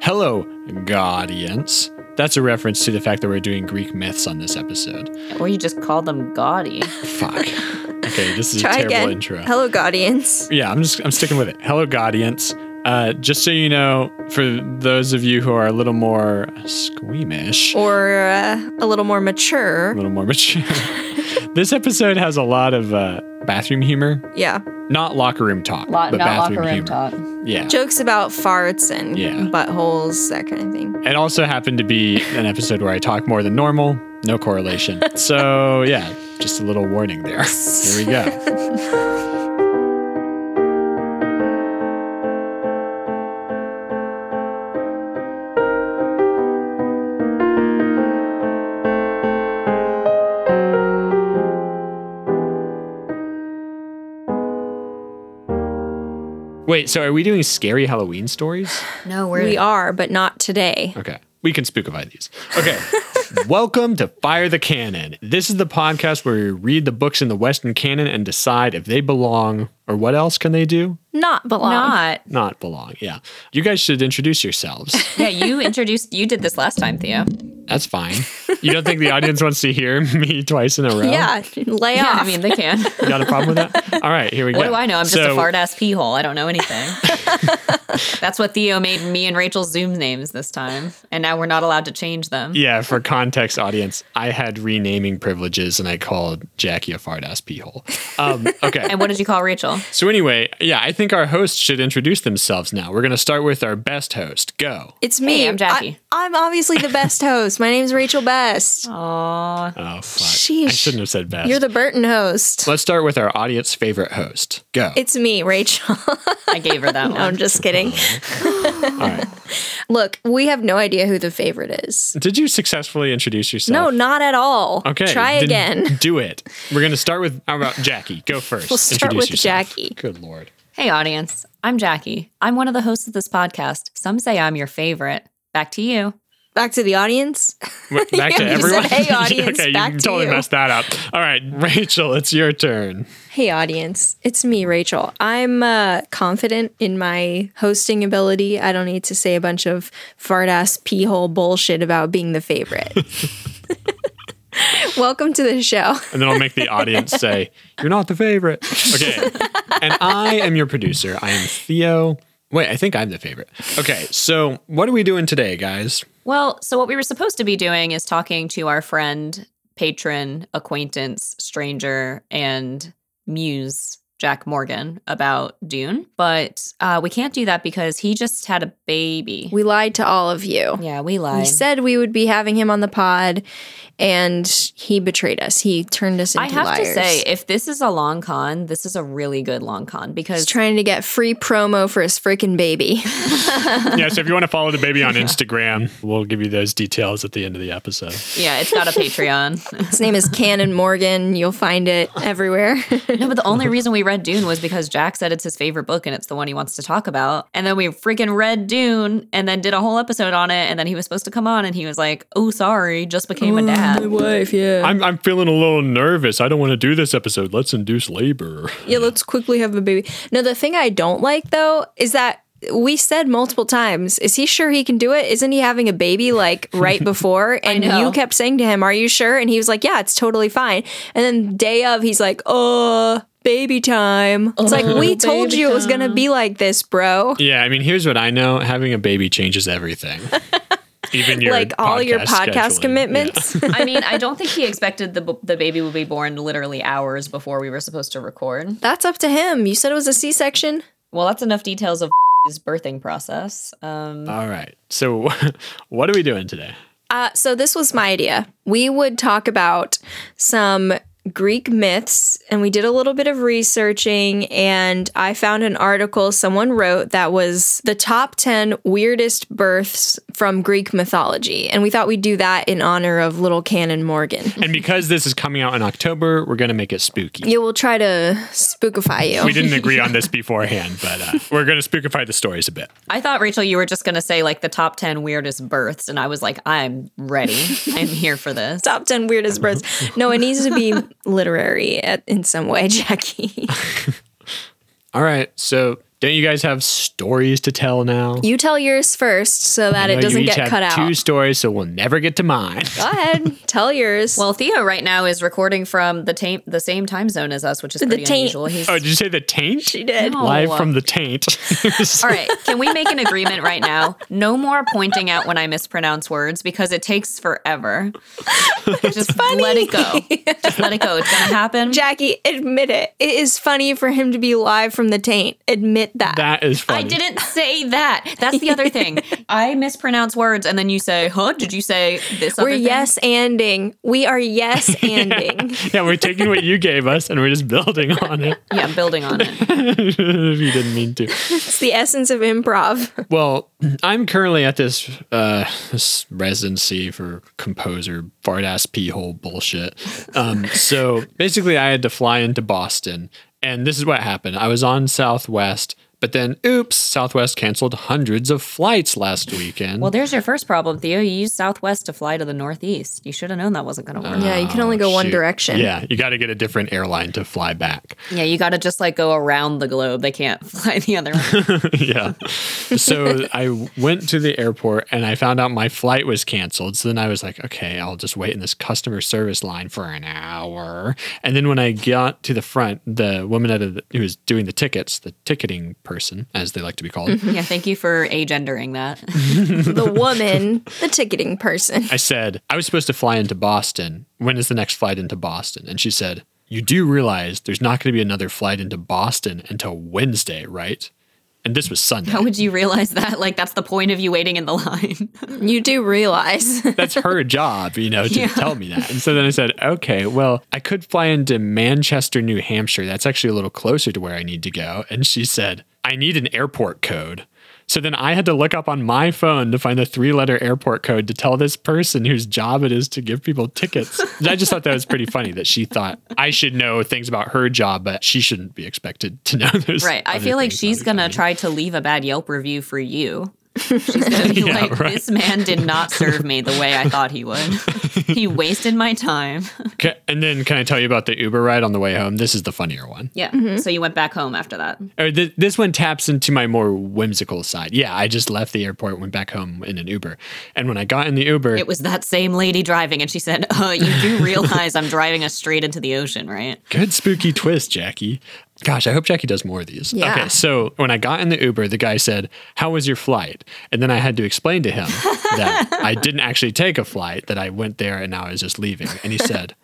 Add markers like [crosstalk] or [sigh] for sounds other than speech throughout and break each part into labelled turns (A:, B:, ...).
A: Hello, Guardians. That's a reference to the fact that we're doing Greek myths on this episode.
B: Or you just call them gaudy. [laughs]
A: Fuck. Okay, this is a
C: Try
A: terrible
C: again.
A: intro.
C: Hello, Guardians.
A: yeah, I'm just I'm sticking with it. Hello, Guardians. Uh, just so you know, for those of you who are a little more squeamish,
C: Or uh, a little more mature.
A: a little more mature, [laughs] this episode has a lot of uh, bathroom humor.
C: Yeah.
A: Not locker room talk,
B: Lot,
A: but
B: not
A: bathroom
B: locker room
A: humor.
B: talk.
A: Yeah.
C: Jokes about farts and
A: Yeah.
C: buttholes, that kind of thing.
A: It also happened to be an episode where I talk more than normal. No
B: [laughs]
A: correlation. So, yeah, just a little warning there. Here we go. Wait, so are we doing scary Halloween stories?
B: No, we're
C: We are, but not today.
A: Okay. We can spookify these. Okay. [laughs] Welcome to Fire the Canon. This is the podcast where we read the books in the Western canon and decide if they belong or what else can they do?
C: Not belong.
B: not.
A: Not belong. Yeah. You guys should introduce yourselves.
B: [laughs] Yeah, you introduced. You did this last time, Theo.
A: That's fine. You don't think the audience wants to hear [laughs] me twice in a row?
C: Yeah. Lay
B: Yeah,
C: off.
B: I mean they can.
A: You got a problem with that? All right, here we go.
B: What do I know? I'm just
A: So-
B: a fart ass pee hole. I don't
A: [laughs]
B: know anything. That's what Theo made me and Rachel's Zoom names this time, and now we're not allowed to change them.
A: Yeah, for context, audience, I had renaming privileges and I called Jackie a fart ass pee hole. Um, okay.
B: [laughs] And what did you call Rachel?
A: So anyway, yeah, I think our hosts should introduce themselves now. We're gonna start with our best host. Go.
C: it's me.
B: Hey, I'm Jackie.
C: I, am obviously the best host. My name's Rachel Best.
B: Aww.
A: Oh fuck! I
C: Sheesh.
A: shouldn't have said best.
C: You're the Burton host.
A: Let's start with our audience favorite host. Go.
C: It's me, Rachel. [laughs]
B: I gave her [laughs] that
C: I'm
B: one.
C: just kidding.
A: All
C: [laughs]
A: right.
C: Look, we have no idea who the favorite is.
A: Did you successfully introduce
C: No,
A: yourself?
C: not at all.
A: Okay.
C: Try
A: then
C: again. [laughs]
A: Do it. We're gonna start with how about Jackie? Go 1st
C: We'll start
A: introduce
C: with
A: yourself.
C: Jackie.
A: Good
C: [laughs]
A: lord.
B: Hey, audience. I'm Jackie. I'm one of the hosts of this podcast. Some say I'm your favorite. Back to you.
C: Back to the audience.
A: W- Back to
C: you said,
A: everyone.
C: "Hey, audience,
A: [laughs] okay,
C: back
A: you
C: to
A: totally
C: you."
A: messed that up. All right, Rachel, it's your turn.
C: Hey, audience. It's me, Rachel. I'm uh, confident in my hosting ability. I don't need to say a bunch of fart ass pee hole bullshit about being the favorite.
B: [laughs]
C: [laughs] Welcome to the show.
A: and then I'll make the
C: [laughs]
A: audience say, "You're not the favorite." Okay, and I am your producer. I am Theo. Wait, I think I'm the favorite. Okay, so what are we doing today, guys?
B: Well, so what we were supposed to be doing is talking to our friend, patron, acquaintance, stranger, and muse, Jack Morgan, about Dune. But uh, we can't do that because he just had a baby.
C: We lied to all of you.
B: yeah, we
C: We
B: lied.
C: said we would be having him on the pod, and he betrayed us. He turned us into
B: I have
C: liars.
B: to say, if this is a long con, this is a really good long con because
C: He's trying to get free promo for his freaking baby.
A: Yeah, so if you want to follow the baby on [laughs] Instagram, we'll give you those details at the end of the episode.
B: yeah, it's [laughs] got a Patreon.
C: His
B: [laughs]
C: name is Cannon Morgan. You'll find it everywhere. [laughs]
B: No, but the only reason we read Dune was because Jack said it's his favorite book and it's the one he wants to talk about. And then we freaking read Dune and then did a whole episode on it. And then he was supposed to come on and he was like, oh, sorry, just became a dad.
C: wife, yeah.
A: I'm I'm feeling a little nervous. I don't want to do this episode. Let's induce labor.
C: yeah, let's quickly have a baby. No, the thing I don't like though is that we said multiple times, is he sure he can do it? Isn't he having a baby like right before? And
B: know.
C: you kept saying to him, Are you sure? And he was like, Yeah, it's totally fine. And then day of, he's like, Uh, baby time. It's like, We told you it was going to be like this, bro.
A: Yeah, I mean, here's what I know: having a baby changes everything. Even your
C: like all your podcast
A: scheduling.
C: commitments. [laughs]
B: I mean, I don't think he expected the, b- the baby would be born literally hours before we were supposed to record.
C: That's up to him. You said it was a C section.
B: Well, that's enough details of [laughs] his birthing process. Um,
A: Yeah. All right, so [laughs] what are we doing today?
C: Uh, so this was my idea. We would talk about some Greek myths, and we did a little bit of researching, and I found an article someone wrote that was the top 10 weirdest births from Greek mythology. And we thought we'd do that in honor of little
A: [laughs]
C: Canon Morgan.
A: And because this is coming out in October, we're going to make it spooky.
C: You will try to spookify you.
A: We didn't agree on this beforehand, but uh, we're going to spookify the stories a bit.
B: I thought, Rachel, you were just going to say like the top 10 weirdest births. And I was like, I'm ready. I'm here for this.
C: Top 10 weirdest births. No, it needs
A: [laughs]
C: to be [laughs] literary at, in some way, Jackie.
A: All right. So Don't you guys have stories to tell now?
C: You tell yours first so that
A: I know
C: it doesn't
A: you each
C: get
A: have
C: cut out.
A: Two stories, so we'll never get to mine. [laughs]
C: Go ahead, tell yours.
B: Well, Theo right now is recording from the ta- the same time zone as us, which is
C: The
B: pretty
C: taint.
B: unusual. He's
A: Oh, did you say the taint?
C: she did.
B: No.
A: [laughs] Live from the
C: [laughs]
A: taint. [laughs]
B: All right, can we make an agreement right now? No more pointing out when I mispronounce words because it takes [laughs] forever. Just let it go. Just let it go. It's gonna happen.
C: Jackie, admit it. It is funny for him to be live from the taint. Admit that.
A: That is funny.
B: I didn't say that. That's the other thing. I mispronounce words, and then you say, "Huh? Did you say this?"
C: We're
B: other thing?"
C: yes anding. We are yes anding.
A: [laughs] Yeah, we're taking what you gave us and we're just building on it. [laughs]
B: Yeah, I'm building on it.
A: if you didn't mean to.
C: It's the essence of improv.
A: Well, [clears throat] I'm currently at this, uh, this residency for composer fart ass pee hole bullshit. Um, so [laughs] basically, I had to fly into Boston, and this is what happened. I was on Southwest, but then oops, Southwest canceled hundreds of flights last weekend.
B: Well, there's your first problem, Theo. You used Southwest to fly to the Northeast. You should have known that wasn't gonna work.
C: Yeah, you can only go one direction.
A: Oh, yeah, you got to get a different airline to fly back.
B: Yeah, you got to just like go around the globe. They can't [laughs] fly the other way.
A: [laughs] yeah. So I went to the airport and I found out my flight was canceled. So then I was like, okay, I'll just wait in this customer service line for an hour. And then when I got to the front, the woman at a, who was doing the tickets, the ticketing person, as they like to be called,
B: yeah, thank you for agendering [laughs] that.
A: [laughs]
C: The woman, the ticketing person.
A: I said, I was supposed to fly into Boston. When is the next flight into Boston? And she said, You do realize there's not going to be another flight into Boston until Wednesday, right? And this was Sunday.
B: How would you realize that? Like, that's the point of you waiting in the line.
C: [laughs] You do realize. [laughs]
A: that's her job, you know, to tell me that. And so then I said, okay, well, I could fly into Manchester, New Hampshire. That's actually a little closer to where I need to go. And she said, I need an airport code. So then I had to look up on my phone to find the three letter airport code to tell this person whose job it is to give people tickets. And I just thought that was pretty funny that she thought I should know things about her job, but she shouldn't be expected to know those.
B: [laughs] Right. I
A: other
B: feel like
A: things
B: she's
A: about her
B: going to
A: job.
B: try to leave a bad Yelp review for [laughs] you. She's going to be
A: [laughs] Yeah,
B: like,
A: right.
B: this man did not serve me the way I thought he would.
A: [laughs]
B: he wasted my time.
A: Ca- And then can I tell you about the Uber ride on the way home? This is the funnier one.
B: [laughs] Yeah. So you went back home after that.
A: Or th- this one taps into my more whimsical side. Yeah, I just left the airport, went back home in an Uber, and when I got in the Uber,
B: It was that same lady driving, and she said, uh, You
A: [laughs]
B: do realize I'm driving us straight into the ocean, right?
A: good spooky twist, Jackie. Gosh, I hope Jackie does more of these.
C: Yeah.
A: Okay, so when I got in the Uber, the guy said, "How was your flight?" And then I had to explain to him that I didn't actually take a flight; that I went there and now I was just leaving. And he said.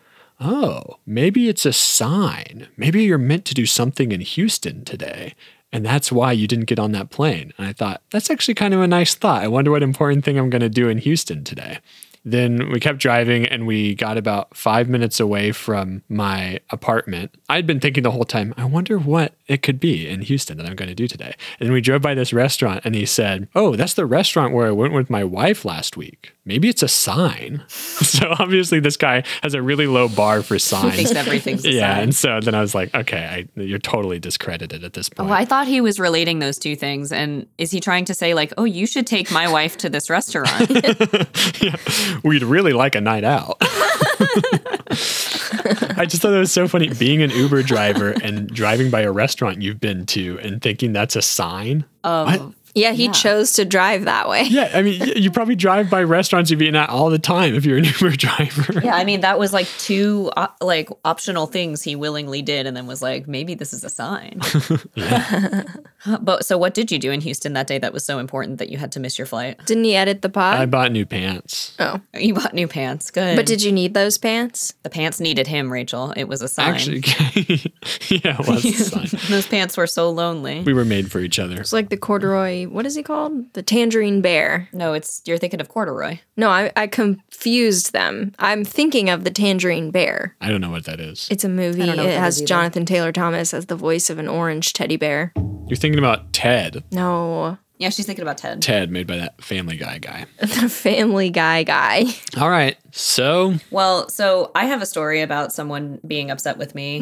A: Oh, maybe it's a sign. Maybe you're meant to do something in Houston today. And that's why you didn't get on that plane. And I thought, that's actually kind of a nice thought. I wonder what important thing I'm going to do in Houston today. Then we kept driving and we got about five minutes away from my apartment. I'd been thinking the whole time, I wonder what it could be in Houston that I'm going to do today. And we drove by this restaurant and he said, Oh, that's the restaurant where I went with my wife last week. Maybe it's a sign. [laughs] so obviously, this guy has a really low bar for signs.
B: Thinks everything's
A: [laughs]
B: a
A: Yeah,
B: [laughs] sign.
A: and so then I was like, okay, I, you're totally discredited at this point.
B: Well, Oh, I thought he was relating those two things. And is he trying to say, like, oh, you should take my wife to this restaurant?
A: [laughs] We'd really like a night out. [laughs] I just thought it was so funny being an Uber driver and driving by a restaurant you've been to and thinking that's a sign.
B: of
C: Yeah, he chose to drive that way.
A: Yeah, I mean, y- you probably drive by restaurants you've eaten at all the time if you're an [laughs] Uber driver.
B: [laughs] yeah, I mean, that was like two uh, like optional things he willingly did, and then was like, maybe this is a [laughs] sign. but so, what did you do in Houston that day that was so important that you had to miss your flight?
C: Didn't he edit the
A: I
C: pod?
A: bought new pants.
C: oh.
B: You bought new pants. Good,
C: But did you need those pants?
B: the pants needed him, Rachel? It was a sign.
A: Actually,
B: [laughs]
A: [laughs] yeah, it was a sign.
B: Those pants were so lonely.
A: We were made for each other.
C: It's like the corduroy, what is he called? The tangerine bear.
B: No, it's you're thinking of corduroy.
C: No, I, I confused them. I'm thinking of the tangerine bear.
A: I don't know what that is.
C: It's a movie.
B: don't know what
C: It
B: that
C: has
B: is either.
C: Jonathan Taylor Thomas as the voice of an orange teddy bear.
A: You're thinking about Ted.
C: No. [laughs]
B: Yeah, she's thinking about Ted.
A: Ted, made by that Family Guy guy.
C: the Family Guy guy.
A: All right. So,
B: Well, so I have a story about someone being upset with me.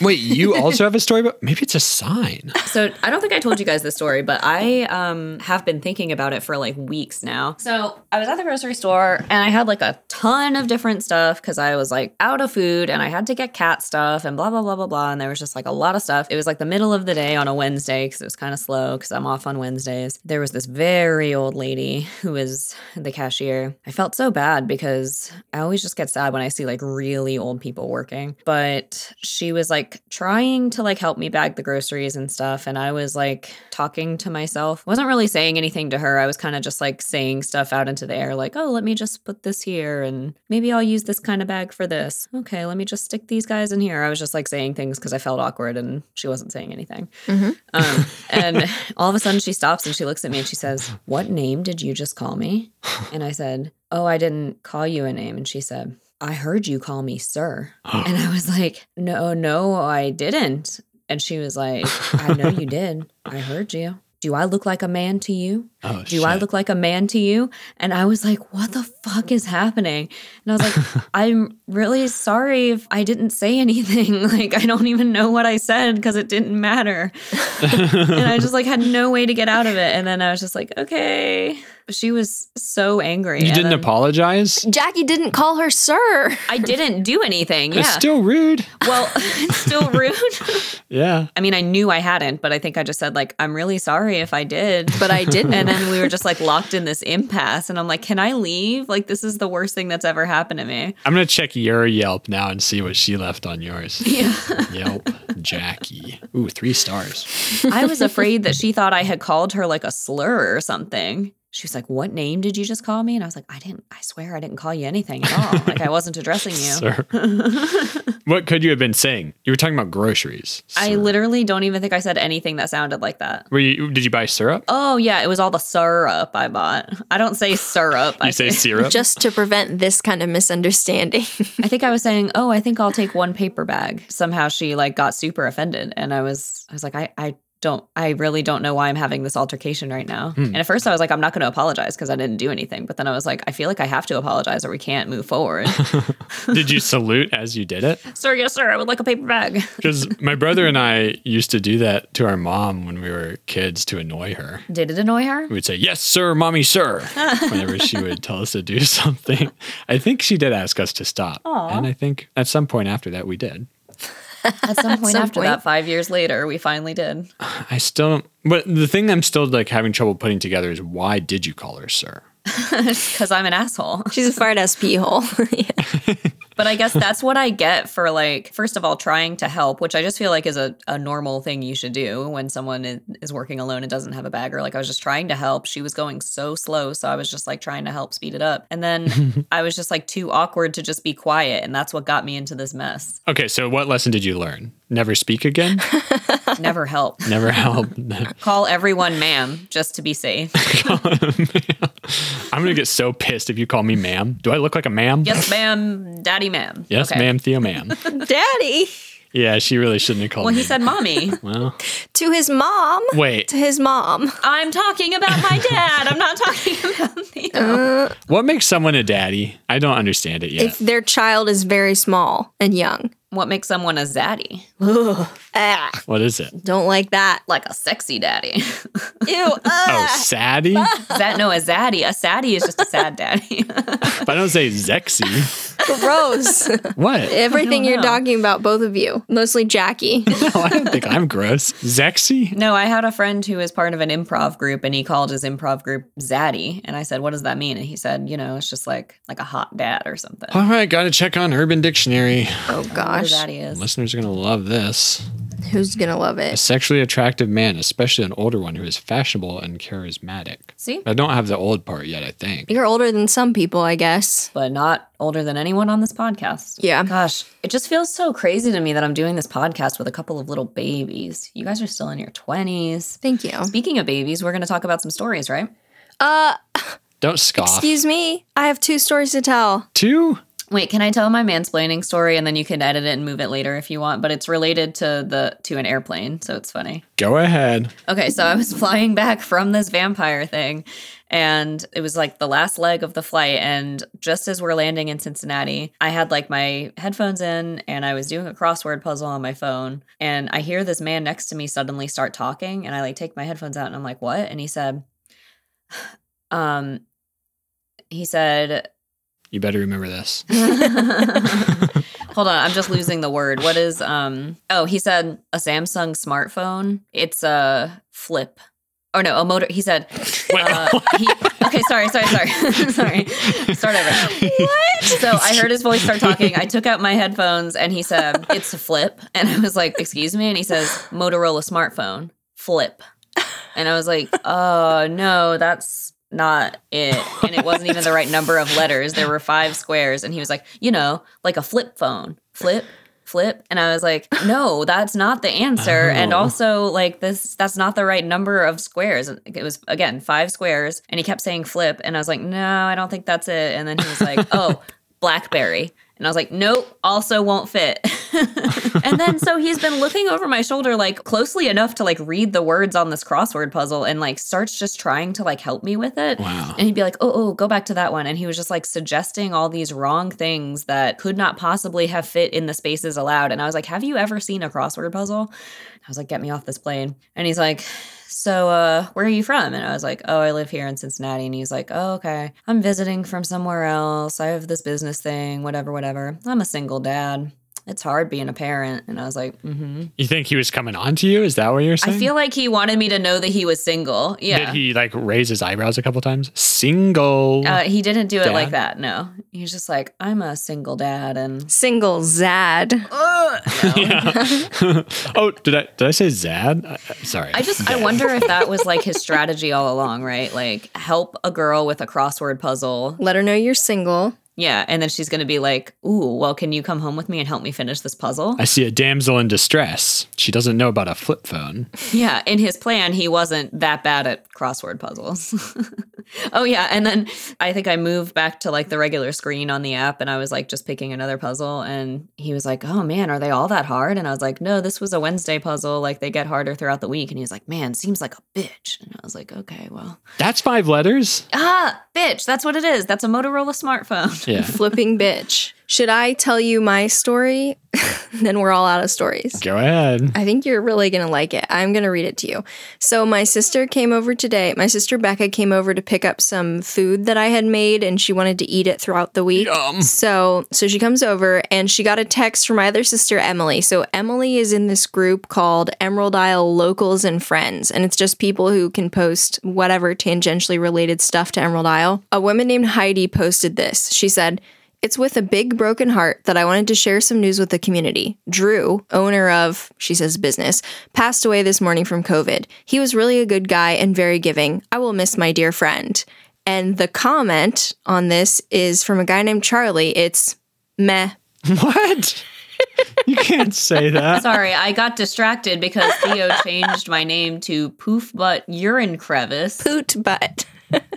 A: wait,
B: [laughs]
A: you also have a story about maybe it's a sign.
B: So I don't think I told you guys this story, but I um, have been thinking about it for like weeks now. So I was at the grocery store and I had like a ton of different stuff because I was like out of food and I had to get cat stuff and blah blah blah blah blah. And there was just like a lot of stuff. It was like the middle of the day on a Wednesday because it was kind of slow because I'm off on Wednesdays. There was this very old lady who was the cashier. I felt so bad because I always just get sad when I see like really old people working. But she was like trying to like help me bag the groceries and stuff. And I was like talking to myself. Wasn't really saying anything to her. I was kind of just like saying stuff out into the air, like, oh, let me just put this here and maybe I'll use this kind of bag for this. Okay, let me just stick these guys in here. I was just like saying things because I felt awkward and she wasn't saying anything.
C: Mhm.
B: Um, and all of a sudden she stops and she looks at me and she says, What name did you just call me? And I said, Oh, I didn't call you a name. And she said, I heard you call me sir. [laughs]
A: Oh,
B: And I was like, No, no, I didn't. And she was like, I know you did. I heard you. Do I look like a man to you?
A: Oh,
B: Do I
A: shit.
B: look like a man to you? And I was like, what the fuck is happening? And I was
A: [laughs]
B: like, I'm really sorry if I didn't say anything. [laughs] Like, I don't even know what I said because it didn't matter. and I just like had no way to get out of it. And then I was just like, okay. She was so angry.
A: You
B: And
A: didn't
B: then-
A: apologize?
C: Jackie didn't call her sir.
B: I didn't do anything.
A: It's
B: Yeah.
A: still rude.
B: well, [laughs]
A: [laughs]
B: it's still rude.
A: Yeah.
B: I mean, I knew I hadn't, but I think I just said like, I'm really sorry if I did.
C: But I didn't.
B: And then we were just like locked in this impasse. And I'm like, can I leave? Like, this is the worst thing that's ever happened to me.
A: I'm going to check your Yelp now and see what she left on yours.
B: [laughs]
A: Yeah. Yelp, Jackie. Ooh, three stars.
B: I was afraid that she thought I had called her like a slur or something. She was like, What name did you just call me? And I was like, I didn't, I swear I didn't call you anything at all. Like, I wasn't addressing you.
A: Sir. [laughs] what could you have been saying? You were talking about groceries.
B: I
A: Sir.
B: literally don't even think I said anything that sounded like that.
A: Were you, did you buy syrup?
B: Oh, yeah, it was all the syrup I bought. I don't say syrup. I
A: you
B: [laughs]
A: say syrup?
C: Just to prevent this kind of misunderstanding. [laughs]
B: I think I was saying, "Oh, I think I'll take one paper bag." Somehow she like got super offended, and I was, I was like, "I, I don't, I really don't know why I'm having this altercation right now." And at first, I was like, "I'm not going to apologize because I didn't do anything," but then I was like, "I feel like I have to apologize, or we can't move forward."
A: did you salute as you did it?
B: [laughs] sir, yes, sir, I would like a paper bag.
A: Because my brother and I used to do that to our mom when we were kids to annoy her.
B: Did it annoy her?
A: We would say, Yes, sir, mommy, sir,
B: [laughs]
A: whenever she would tell us to do [laughs] something. I think she did ask us to stop.
B: Aw.
A: And I think at some point after that, we did.
B: At [laughs] some point
C: some
B: after
C: point.
B: that, five years later, we finally did.
A: I still don't, but the thing I'm still like having trouble putting together is why did you call her sir?
B: Because I'm an asshole.
C: She's a fart ass pee hole. [laughs]
B: But I guess that's what I get for like, first of all, trying to help, which I just feel like is a, a normal thing you should do when someone i- is working alone and doesn't have a bagger. Like, I was just trying to help. She was going so slow. So I was just like trying to help speed it up.
A: [laughs]
B: And then I was just like too awkward to just be quiet. And that's what got me into this mess.
A: Okay, so what lesson did you learn? Never speak again? [laughs]
B: Never help.
A: Never
B: [laughs]
A: help.
B: Call everyone ma'am just to be safe.
A: I'm going to get so pissed if you call me ma'am. Do I look like a ma'am?
B: Yes, ma'am. Daddy, ma'am.
A: Yes,
B: Okay.
A: ma'am, Theo, ma'am.
B: [laughs]
C: Daddy.
A: yeah, she really shouldn't have called
B: Well,
A: me.
B: he
A: [laughs]
B: said, Mommy,
A: well,
C: To his mom.
A: wait.
C: To his mom.
B: I'm talking about my dad. I'm not talking [laughs] about Theo.
A: Uh. What makes someone a daddy? I don't understand it yet.
C: If their child is very small and young.
B: What makes someone a zaddy?
C: Ah,
A: what is it?
C: don't like that.
B: Like a sexy daddy. [laughs]
C: Ew. Ah.
A: Oh, saddy? if
B: that no a zaddy a saddy is just a sad daddy [laughs]
A: I don't say zexy,
B: [laughs]
C: gross.
A: what?
C: Everything you're
B: know.
C: talking about, both of you. Mostly Jackie.
A: no, I don't think I'm gross. Zexy?
B: no i had a friend who was part of an improv group and he called his improv group zaddy and i said what does that mean and he said you know it's just like like a hot dad or something
A: All right, got to check on Urban Dictionary.
C: Oh
B: Whatever
C: gosh.
B: that is
A: Listeners are going to love this.
C: Who's gonna love
A: A
C: it?
A: sexually attractive man, especially an older one who is fashionable and charismatic.
B: see
A: I don't have the old part yet, I think.
C: You're older than some people, I guess.
B: but not older than anyone on this podcast
C: Yeah.
B: gosh it just feels so crazy to me that i'm doing this podcast with a couple of little babies you guys are still in your 20s
C: Thank you.
B: speaking of babies we're going to talk about some stories right
C: Uh,
A: Don't scoff.
C: excuse me. I have two stories to tell.
A: Two?
B: Wait, can I tell my mansplaining story and then you can edit it and move it later if you want, but it's related to the to an airplane, so it's funny.
A: Go ahead.
B: Okay, so I was [laughs] flying back from this vampire thing and it was like the last leg of the flight and just as we're landing in Cincinnati, I had like my headphones in and I was doing a crossword puzzle on my phone and I hear this man next to me suddenly start talking and I like take my headphones out and I'm like, "What?" and he said [sighs] um he said
A: You better remember
B: [laughs]
A: this.
B: Hold on, I'm just losing the word. What is um oh, he said a Samsung smartphone. It's a flip. Or no, a motor he said
A: Wait,
B: uh, he, okay, sorry, sorry, sorry. [laughs] sorry. Start over. What? So I heard his voice start talking. I took out my headphones and he said, It's a flip. And I was like, Excuse me? And he says, Motorola smartphone, flip. And I was like, Oh, no, that's not it. And it wasn't even the right number of letters. There were five squares. And he was like, You know, like a flip phone, flip. Flip and I was like, no, that's not the answer. And
A: Oh.
B: also, like this, that's not the right number of squares. And It was again five squares, and he kept saying flip, and I was like, no, I don't think that's it. And then he was like, oh, blackberry, and I was like, nope, also won't fit. [laughs] and then so he's been looking over my shoulder like closely enough to like read the words on this crossword puzzle, and like starts just trying to like help me with it.
A: Wow.
B: And he'd be like, oh, oh, go back to that one. And he was just like suggesting all these wrong things that could not possibly have fit in the spaces allowed. And I was like, have you ever seen a crossword puzzle? I was like, get me off this plane. And he's like, so uh, where are you from? And I was like, oh, I live here in Cincinnati. And he's like, oh, okay. I'm visiting from somewhere else. I have this business thing, whatever, whatever. I'm a single dad. It's hard being a parent. And I was like, mm hmm.
A: You think he was coming on to you? Is that what you're
B: I
A: saying?
B: feel like he wanted me to know that he was single. Yeah.
A: Did he like raise his eyebrows a couple times? Single.
B: Uh, he didn't do it like
A: Dad?
B: that. No, he's just like I'm a single dad, and
C: [laughs] Single Zad.
B: Ugh, no.
A: Yeah. [laughs] oh, did I did I say Zad? I, I'm sorry.
B: I just I wonder if that was like his strategy all along, right? Like help a girl with a crossword puzzle,
C: Let her know you're single.
B: yeah, and then she's gonna be like, "Ooh, well, can you come home with me and help me finish this puzzle?"
A: I see a damsel in distress. She doesn't know about a flip phone.
B: Yeah, in his plan, he wasn't that bad at crossword puzzles. [laughs] oh, yeah. And then I think I moved back to like the regular screen on the app and I was like just picking another puzzle. And he was like, oh man, are they all that hard? And I was like, no, this was a Wednesday puzzle. Like they get harder throughout the week. And he was like, man, seems like a bitch. And I was like, okay, well,
A: That's five letters.
B: ah, bitch. That's what it is. That's a Motorola smartphone.
A: Yeah.
C: Flipping bitch. Should I tell you my story? [laughs] then we're all out of stories.
A: Go ahead. [laughs]
C: I think you're really going to like it. I'm going to read it to you. So, my sister came over today. My sister Becca came over to pick up some food that I had made and she wanted to eat it throughout the week.
A: Yum.
C: So, so she comes over and she got a text from my other sister Emily. So, Emily is in this group called Emerald Isle Locals and Friends, and it's just people who can post whatever tangentially related stuff to Emerald Isle. A woman named Heidi posted this. She said, it's with a big broken heart that I wanted to share some news with the community. Drew, owner of, she says, business, passed away this morning from COVID. He was really a good guy and very giving. I will miss my dear friend. And the comment on this is from a guy named Charlie. It's meh.
A: What? you can't say
B: [laughs]
A: that.
B: Sorry, I got distracted because Theo changed my name to Poof Butt Urine Crevice.
C: Poot butt.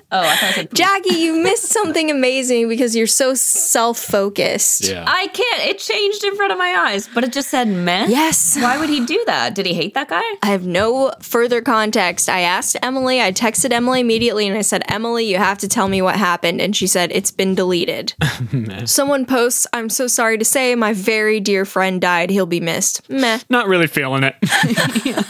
B: Oh, I thought I said
C: Jackie, you missed something amazing because you're so self focused.
A: Yeah.
B: I can't. It changed in front of my eyes, but it just said men.
C: Yes.
B: Why would he do that? Did he hate that guy?
C: I have no further context. I asked Emily, I texted Emily immediately and I said, Emily, you have to tell me what happened. And she said, it's been deleted. Someone posts, I'm so sorry to say, my very dear friend died. He'll be missed. Meh. [laughs]
A: Not really feeling it. yeah.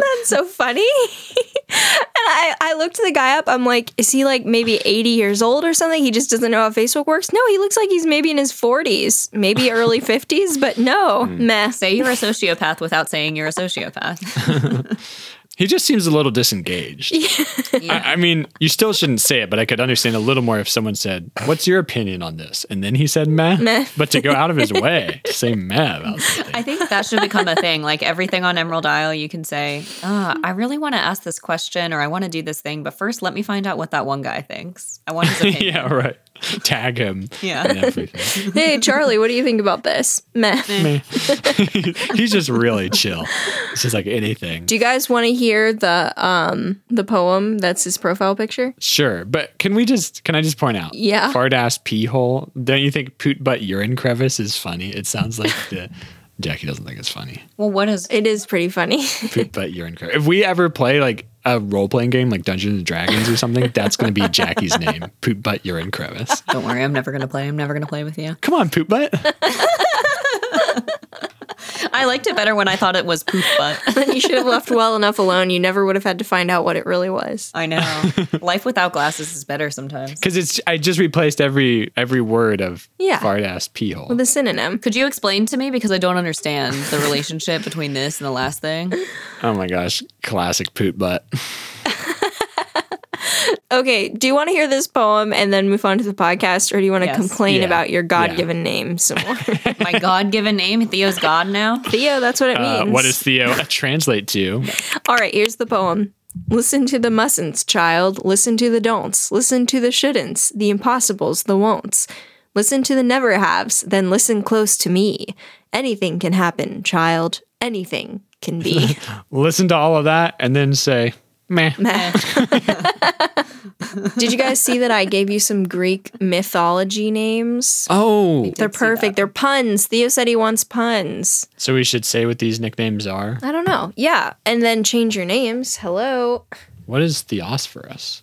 C: That's so funny. [laughs] and I, I looked the guy up. I'm like, is he like maybe 80 years old or something? He just doesn't know how Facebook works. No, he looks like he's maybe in his 40s, maybe early [laughs] 50s, but no, meh.
B: Say you're a sociopath without saying you're a sociopath.
A: He just seems a little disengaged. I, I mean, you still shouldn't say it, but I could understand a little more if someone said, What's your opinion on this? And then he said, Meh. But to go out of
C: [laughs]
A: his way to say meh about something.
B: I think that should become a thing. Like everything on Emerald Isle, you can say, Ah, I really want to ask this question or I want to do this thing, but first let me find out what that one guy thinks. I want his
A: [laughs]
B: opinion.
A: yeah, right. tag him
B: Yeah.
A: and everything.
C: hey, Charlie, what do you think about this? Meh.
A: Meh. [laughs] He's just really chill. It's just like anything.
C: Do you guys want to hear the um the poem that's his profile picture?
A: Sure, but can we just? Can I just point out?
C: Yeah.
A: Fart ass pee hole. Don't you think poot butt urine crevice is funny? It sounds like the Jackie doesn't think it's funny.
B: Well, what is
C: It is pretty funny. [laughs]
A: Poot butt urine crevice. If we ever play like a role playing game like Dungeons and Dragons or something, that's going to be Jackie's name. Poot butt urine crevice.
B: Don't worry, I'm never gonna play. I'm never gonna play with you.
A: Come on, poot butt.
B: I liked it better when I thought it was poof [laughs] butt.
C: you should have left well enough alone. You never would have had to find out what it really was.
B: I know. Life without glasses is better sometimes.
A: Because it's I just replaced every every word of
C: Yeah.
A: fart ass pee hole.
C: The synonym.
B: Could you explain to me because I don't understand the relationship between this and the last thing?
A: oh my gosh, classic poot butt.
C: Okay, do you want to hear this poem and then move on to the podcast, or do you want to
B: Yes.
C: complain
A: Yeah.
C: about your God given name some
A: [laughs]
C: more?
B: My God-given name, Theo's God now.
C: Theo, that's what it
A: Uh,
C: means.
A: what does Theo translate to?
C: All right, here's the poem. Listen to the mustn'ts, child. Listen to the don'ts. Listen to the shouldn'ts, the impossibles, the won'ts. Listen to the never haves, then listen close to me. Anything can happen, child. Anything can be.
A: Listen to all of that and then say, meh.
C: Did you guys see that I gave you some Greek mythology names?
A: Oh,
C: They're perfect. They're puns. Theo said he wants puns.
A: so we should say what these nicknames are.
C: I don't know. Yeah. And then change your names. Hello.
A: What is Theosphorus?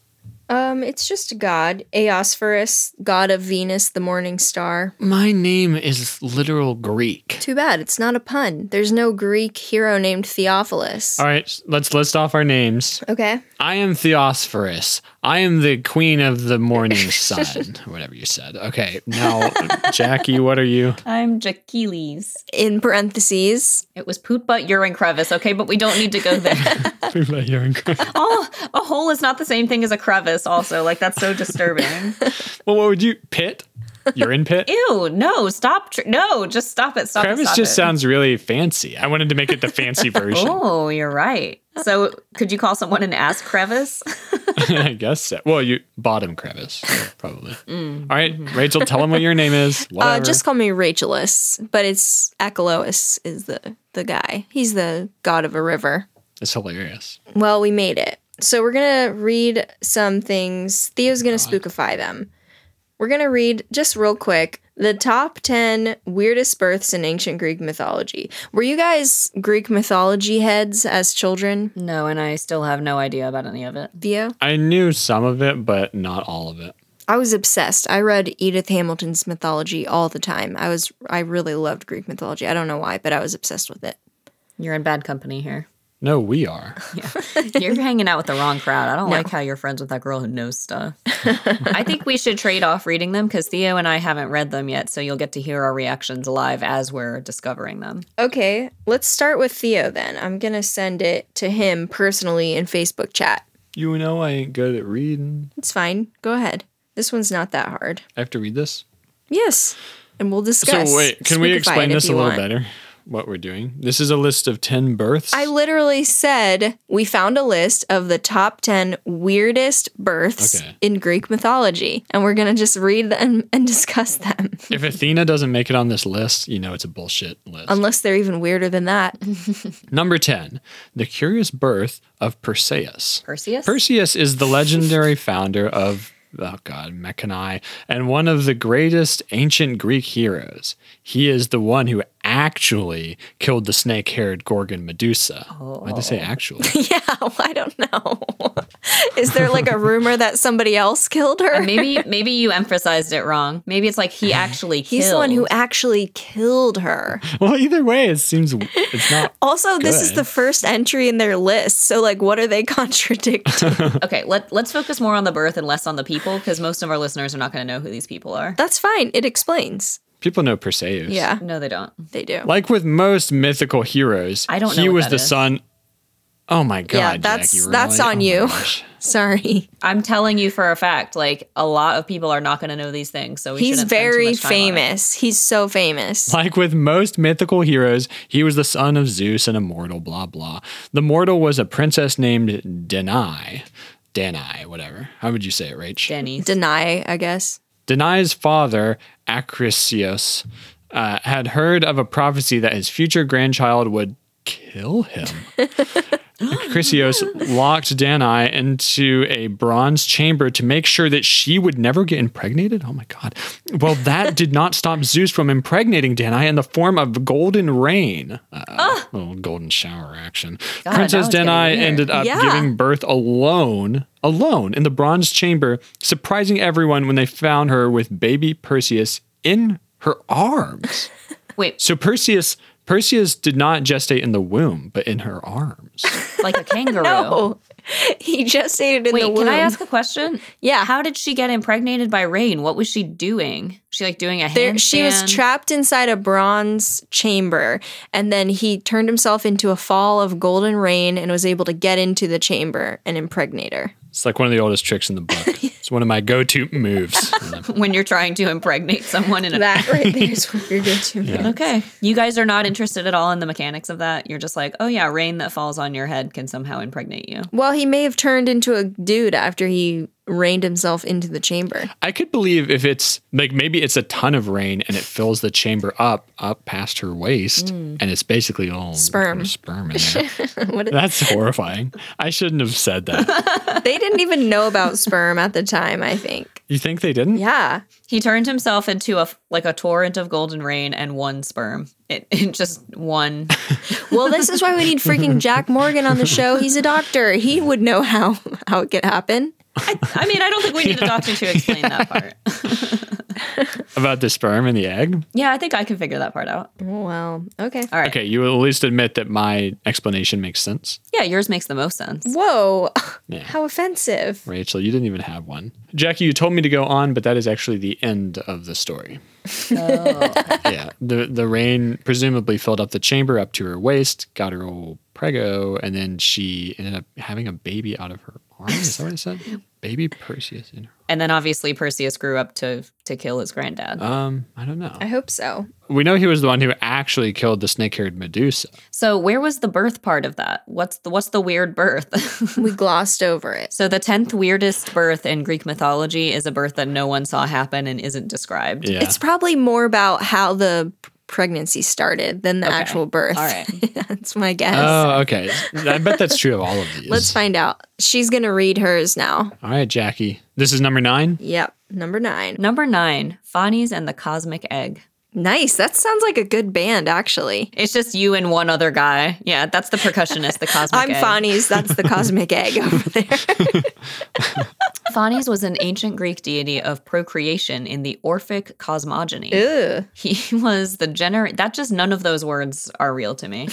C: Um, it's just a god. Aosphorus, god of Venus, the morning star.
A: My name is literal Greek.
C: Too bad it's not a pun. There's no Greek hero named Theophilus.
A: All right, let's list off our names.
C: Okay.
A: I am Theosphorus. I am the queen of the morning
C: [laughs]
A: sun, or whatever you said. Okay, now, Jackie, what are
C: [laughs]
A: you?
B: I'm Jaquiles.
C: In parentheses.
B: It was poot butt urine crevice, okay, but we don't need to go [laughs] there.
A: You're incredible.
B: oh, a hole is not the same thing as a crevice, also. Like that's so disturbing.
A: Well, what would you? Pit? You're in pit?
B: [laughs] Ew, no, stop. Tr- no, just stop it. Stop it.
A: Travis
B: Stop
A: just
B: it.
A: sounds really fancy. I wanted to make it the
C: [laughs]
A: fancy version.
B: Oh, you're right. So, could you call someone and ask crevice?
A: [laughs] I guess so. Well, you bottom crevice, probably. All right, Rachel, tell him what your name is.
C: Mm. Mm-hmm. [laughs] Uh,
A: Whatever.
C: just call me Rachelus, but it's Achelous is the, the guy. He's the god of a river.
A: it's hilarious.
C: Well, we made it. So we're going to read some things. Theo's going to spookify them. We're going to read just real quick the top 10 weirdest births in ancient Greek mythology. Were you guys Greek mythology heads as children,
B: No, and I still have no idea about any of it.
C: Theo?
A: I knew some of it, but not all of it.
C: I was obsessed. I read Edith Hamilton's mythology all the time. I was I really loved Greek mythology. I don't know why, but I was obsessed with it.
B: You're in bad company [laughs] here.
A: No, we
C: [laughs]
A: are.
B: You're hanging out with the wrong crowd. I don't like how you're friends with that girl who knows stuff. [laughs] I think we should trade off reading them because Theo and I haven't read them yet, so you'll get to hear our reactions live as we're discovering them.
C: Okay, let's start with Theo then. I'm going to send it to him personally in Facebook chat.
A: You know I ain't good at reading.
C: It's fine. Go ahead. This one's not that hard.
A: I have to read this.
C: Yes. And we'll discuss.
A: So wait, can
C: Spookify
A: we
C: it
A: explain
C: if
A: this a
C: you
A: little
C: want.
A: better? What we're doing. This is a list of ten births.
C: I literally said we found a list of the top 10 weirdest births
A: Okay.
C: in Greek mythology, and we're going to just read them [laughs] and discuss them.
A: [laughs] if Athena doesn't make it on this list, you know it's a bullshit list.
C: Unless they're even weirder than that.
A: Number ten, the curious birth of Perseus.
B: Perseus?
A: Perseus is the
C: [laughs]
A: legendary founder of oh god Mechani and one of the greatest ancient Greek heroes. He is the one who actually killed the snake-haired Gorgon Medusa. Why'd they
C: Oh.
A: say actually?
C: [laughs] yeah, well, I don't know. [laughs] Is there like a rumor that somebody else killed her?
B: maybe maybe you emphasized it wrong. Maybe it's like he actually killed.
C: He's the one who [laughs] actually killed her.
A: well, either way, it seems it's not.
C: Also, this is
A: Good.
C: the first entry in their list. So, like, what are they [laughs] contradicting?
B: Okay, let, let's focus more on the birth and less on the people because most of our listeners are not going to know who these people are.
C: That's fine. It explains.
A: People know Perseus.
C: [laughs] Yeah,
B: No, they don't.
C: they do.
A: Like with most mythical heroes,
B: I don't
A: he
B: know what
A: was
B: that
A: the
B: is.
A: son. Oh my god!
C: that's-
A: Jackie,
C: that's
A: really? Oh
C: on
A: my
C: you.
A: gosh. [laughs]
C: Sorry.
B: I'm telling you for a fact, like a lot of people are not going to know these things. So we
C: He's
B: shouldn't spend too
C: very
B: much time on it.
C: famous. He's so famous.
A: Like with most mythical heroes, he was the son of Zeus and a mortal, blah, blah. The mortal was a princess named Danae. Danae, whatever. How would you say it, Rach?
C: [laughs]
B: Denny.
C: Deny, I guess.
A: Deni's father, Acrisius, uh, had heard of a prophecy that his future grandchild would kill
B: [laughs]
A: him. Acrisius locked Danae into a bronze chamber to make sure that she would never get impregnated. Oh my God. Well,
B: [laughs]
A: that did not stop Zeus from impregnating Danae in the form of golden rain. Uh, Little golden shower action.
B: Ah. God,
A: Princess
B: that was
A: Danae
B: getting weird.
A: ended up
C: Yeah.
A: uh, giving birth alone, alone in the bronze chamber, surprising everyone when they found her with baby Perseus in her arms.
B: Wait,
A: So Perseus Perseus did not gestate in the womb, but in her arms.
B: like a kangaroo.
C: [laughs] No, he just ate it in
B: Wait,
C: the
B: can
C: womb.
B: I ask a question?
C: Yeah.
B: How did she get impregnated by rain? What was she doing? She like doing a
C: There, she was
B: handstand?
C: trapped inside a bronze chamber, and then he turned himself into a fall of golden rain and was able to get into the chamber and impregnate her.
A: It's like one of the oldest tricks in the book. It's one of my go-to moves.
B: when you're trying to impregnate someone [laughs] in a
C: [laughs] [laughs] That right there is what you're going to.
B: Okay. You guys are not interested at all in the mechanics of that. You're just like, oh yeah, rain that falls on your head can somehow impregnate you.
C: Well, he may have turned into a dude after he reined himself into the chamber. [laughs]
A: I could believe if it's like maybe it's a ton of rain and it fills the chamber up, up past her waist, and it's basically all
C: Mm. Sperm.
A: Sperm
C: [laughs]
A: in there.
C: What-
A: That's horrifying. I shouldn't have said that.
C: they didn't even know about sperm at the time, I think.
A: You think they didn't?
C: Yeah.
B: He turned himself into a like a torrent of golden rain and one sperm. It, [laughs] it just one.
C: Well, this is why we need freaking Jack Morgan on the show. He's a doctor. He would know how how it could happen.
B: I, I mean, I don't think we need a doctor to explain that part.
A: About the sperm and the egg?
B: Yeah, I think I can figure that part out.
C: Well, okay.
B: All right.
A: Okay, you will at least admit that my explanation makes sense.
B: Yeah, yours makes the most sense.
C: Whoa. [laughs]
A: Yeah.
C: How offensive.
A: Rachel, you didn't even have one. Jackie, you told me to go on, but that is actually the end of the story.
C: Oh.
A: [laughs] yeah. The the rain presumably filled up the chamber up to her waist, got her old prego, and then she ended up having a baby out of her arm. Is that what it said?
C: [laughs]
A: baby Perseus in her.
B: And then obviously Perseus grew up to to kill his granddad.
A: Um, I don't know.
C: I hope so.
A: We know he was the one who actually killed the snake-haired Medusa.
B: So where was the birth part of that? What's the what's the weird birth? [laughs]
C: We glossed over it.
B: so the tenth weirdest birth in Greek mythology is a birth that no one saw happen and isn't described.
A: Yeah.
C: It's probably more about how the pregnancy started than the
B: Okay.
C: actual birth.
B: All right.
C: [laughs] That's my guess.
A: Oh, okay. I bet that's true of all of these.
C: Let's find out. She's going to read hers now.
A: all right, Jackie. This is number nine.
C: Yep. Number nine.
B: Number nine, Fani's and the Cosmic Egg.
C: Nice. That sounds like a good band, actually.
B: It's just you and one other guy. Yeah, that's the percussionist, the Cosmic
C: I'm
B: Egg.
C: Fonny's. That's the cosmic
B: [laughs]
C: egg over there.
B: Fanes was an ancient Greek deity of procreation in the Orphic cosmogony.
C: Ooh.
B: He [laughs] was the generator. That just none of those words are real to
C: [laughs]
B: me.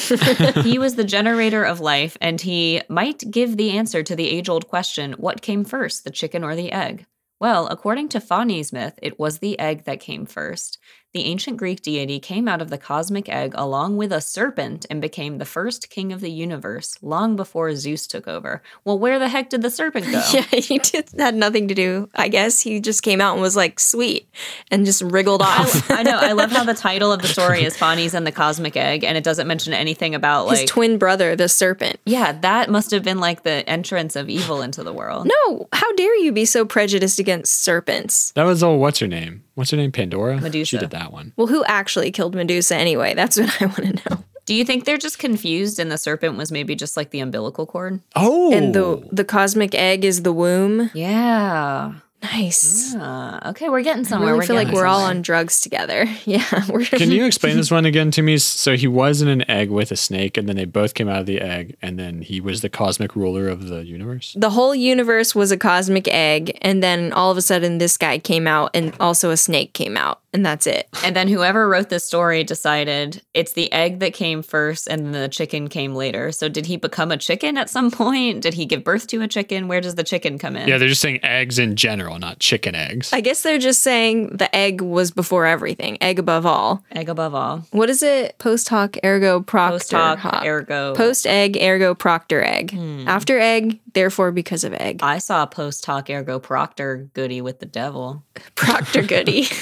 B: he was the generator of life, and he might give the answer to the age old question what came first, the chicken or the egg? Well, according to Fani's myth, it was the egg that came first. The ancient Greek deity came out of the cosmic egg along with a serpent and became the first king of the universe long before Zeus took over. Well, where the heck did the serpent go?
C: [laughs] [laughs] Yeah, he did, had nothing to do. I guess he just came out and was like, sweet, and just wriggled
B: [laughs]
C: off.
B: I know. I love how the title of the story is Fani's and the Cosmic Egg, and it doesn't mention anything about
C: His
B: like.
C: twin brother, the serpent.
B: yeah, that must have been like the entrance of evil into the world.
C: No, how dare you be so prejudiced against serpents?
A: That was all. What's her name? What's her name? Pandora. She
B: Medusa.
A: did that one.
C: Well, who actually killed Medusa anyway? That's what I want to know.
B: Do you think they're just confused and the serpent was maybe just like the umbilical cord?
A: Oh,
C: And the the cosmic egg is the womb.
B: Yeah.
C: Nice.
B: Uh, okay, we're getting
C: I
B: somewhere.
C: really
B: we're
C: feel like
B: getting
C: we're all
B: somewhere.
C: on drugs together. [laughs] Yeah, we're
A: [laughs] Can you explain this one again to me? So he was in an egg with a snake, and then they both came out of the egg, and then he was the cosmic ruler of the universe.
C: [laughs] the whole universe was a cosmic egg, and then all of a sudden this guy came out, and also a snake came out, and that's it.
B: And then whoever wrote this story decided it's the egg that came first and the chicken came later. So did he become a chicken at some point? Did he give birth to a chicken? Where does the chicken come in?
A: Yeah, they're just saying eggs in general, not chicken eggs.
C: I guess they're just saying the egg was before everything, egg above all.
B: egg above all.
C: What is it? Post hoc ergo proctor
B: Post hoc,
C: hoc.
B: ergo. Hmm.
C: Post egg ergo proctor egg. After egg, therefore because of egg. [laughs]
B: I
C: [laughs]
B: saw a post hoc ergo proctor goody with the devil. [laughs]
C: Proctor goody.
A: [laughs]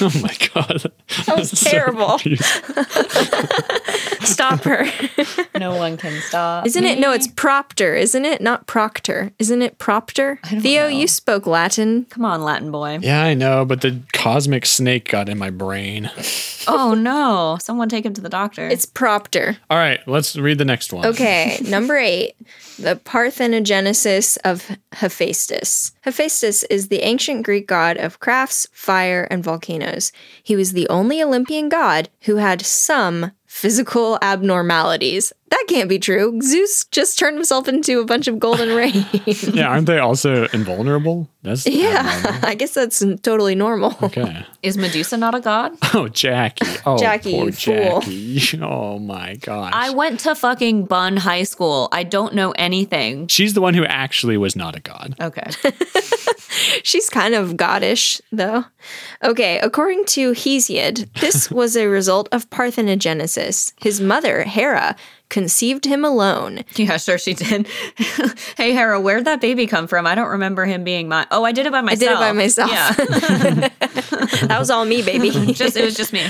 A: Oh my god.
C: That was
A: So
C: terrible.
A: confused.
C: Stop her.
B: No one can stop.
C: Isn't it? No, it's
B: me.
C: propter, isn't it? Not proctor. Isn't it propter?
B: I don't
C: Theo,
B: know.
C: you spoke Latin.
B: Come on, Latin boy.
A: yeah, I know, but the cosmic snake got in my brain.
B: Oh no! Someone take him to the doctor.
C: It's propter.
A: All right, let's read the next one.
C: [laughs] Okay, number eight, the parthenogenesis of Hephaestus. Hephaestus is the ancient Greek god of crafts, fire, and volcanoes. He was the only Olympian god who had some physical abnormalities. That can't be true. Zeus just turned himself into a bunch of [laughs] golden rain.
A: Yeah, aren't they also invulnerable? That's
C: [laughs] yeah, I guess that's totally normal.
B: [laughs]
C: [laughs]
A: Okay.
B: Is Medusa not a god?
A: [laughs] Oh, Jackie. Oh,
C: Jackie,
A: poor
C: you fool.
A: Jackie. [laughs] Oh my gosh.
B: [laughs] I went to fucking Bun High School. I don't know anything.
A: She's the one who actually was not a god.
B: Okay.
C: She's kind of goddish, though. Okay, according to Hesiod,
B: [laughs]
C: this was a result of parthenogenesis. His mother, Hera, conceived him alone.
B: [laughs] Yeah, sure she did. [laughs] hey, Hera, where'd that baby come from? I don't remember him being mine. Oh, I did it by
C: I
B: myself.
C: did it by myself.
B: Yeah,
C: that was all
B: [laughs]
C: me, baby.
B: just it was just me.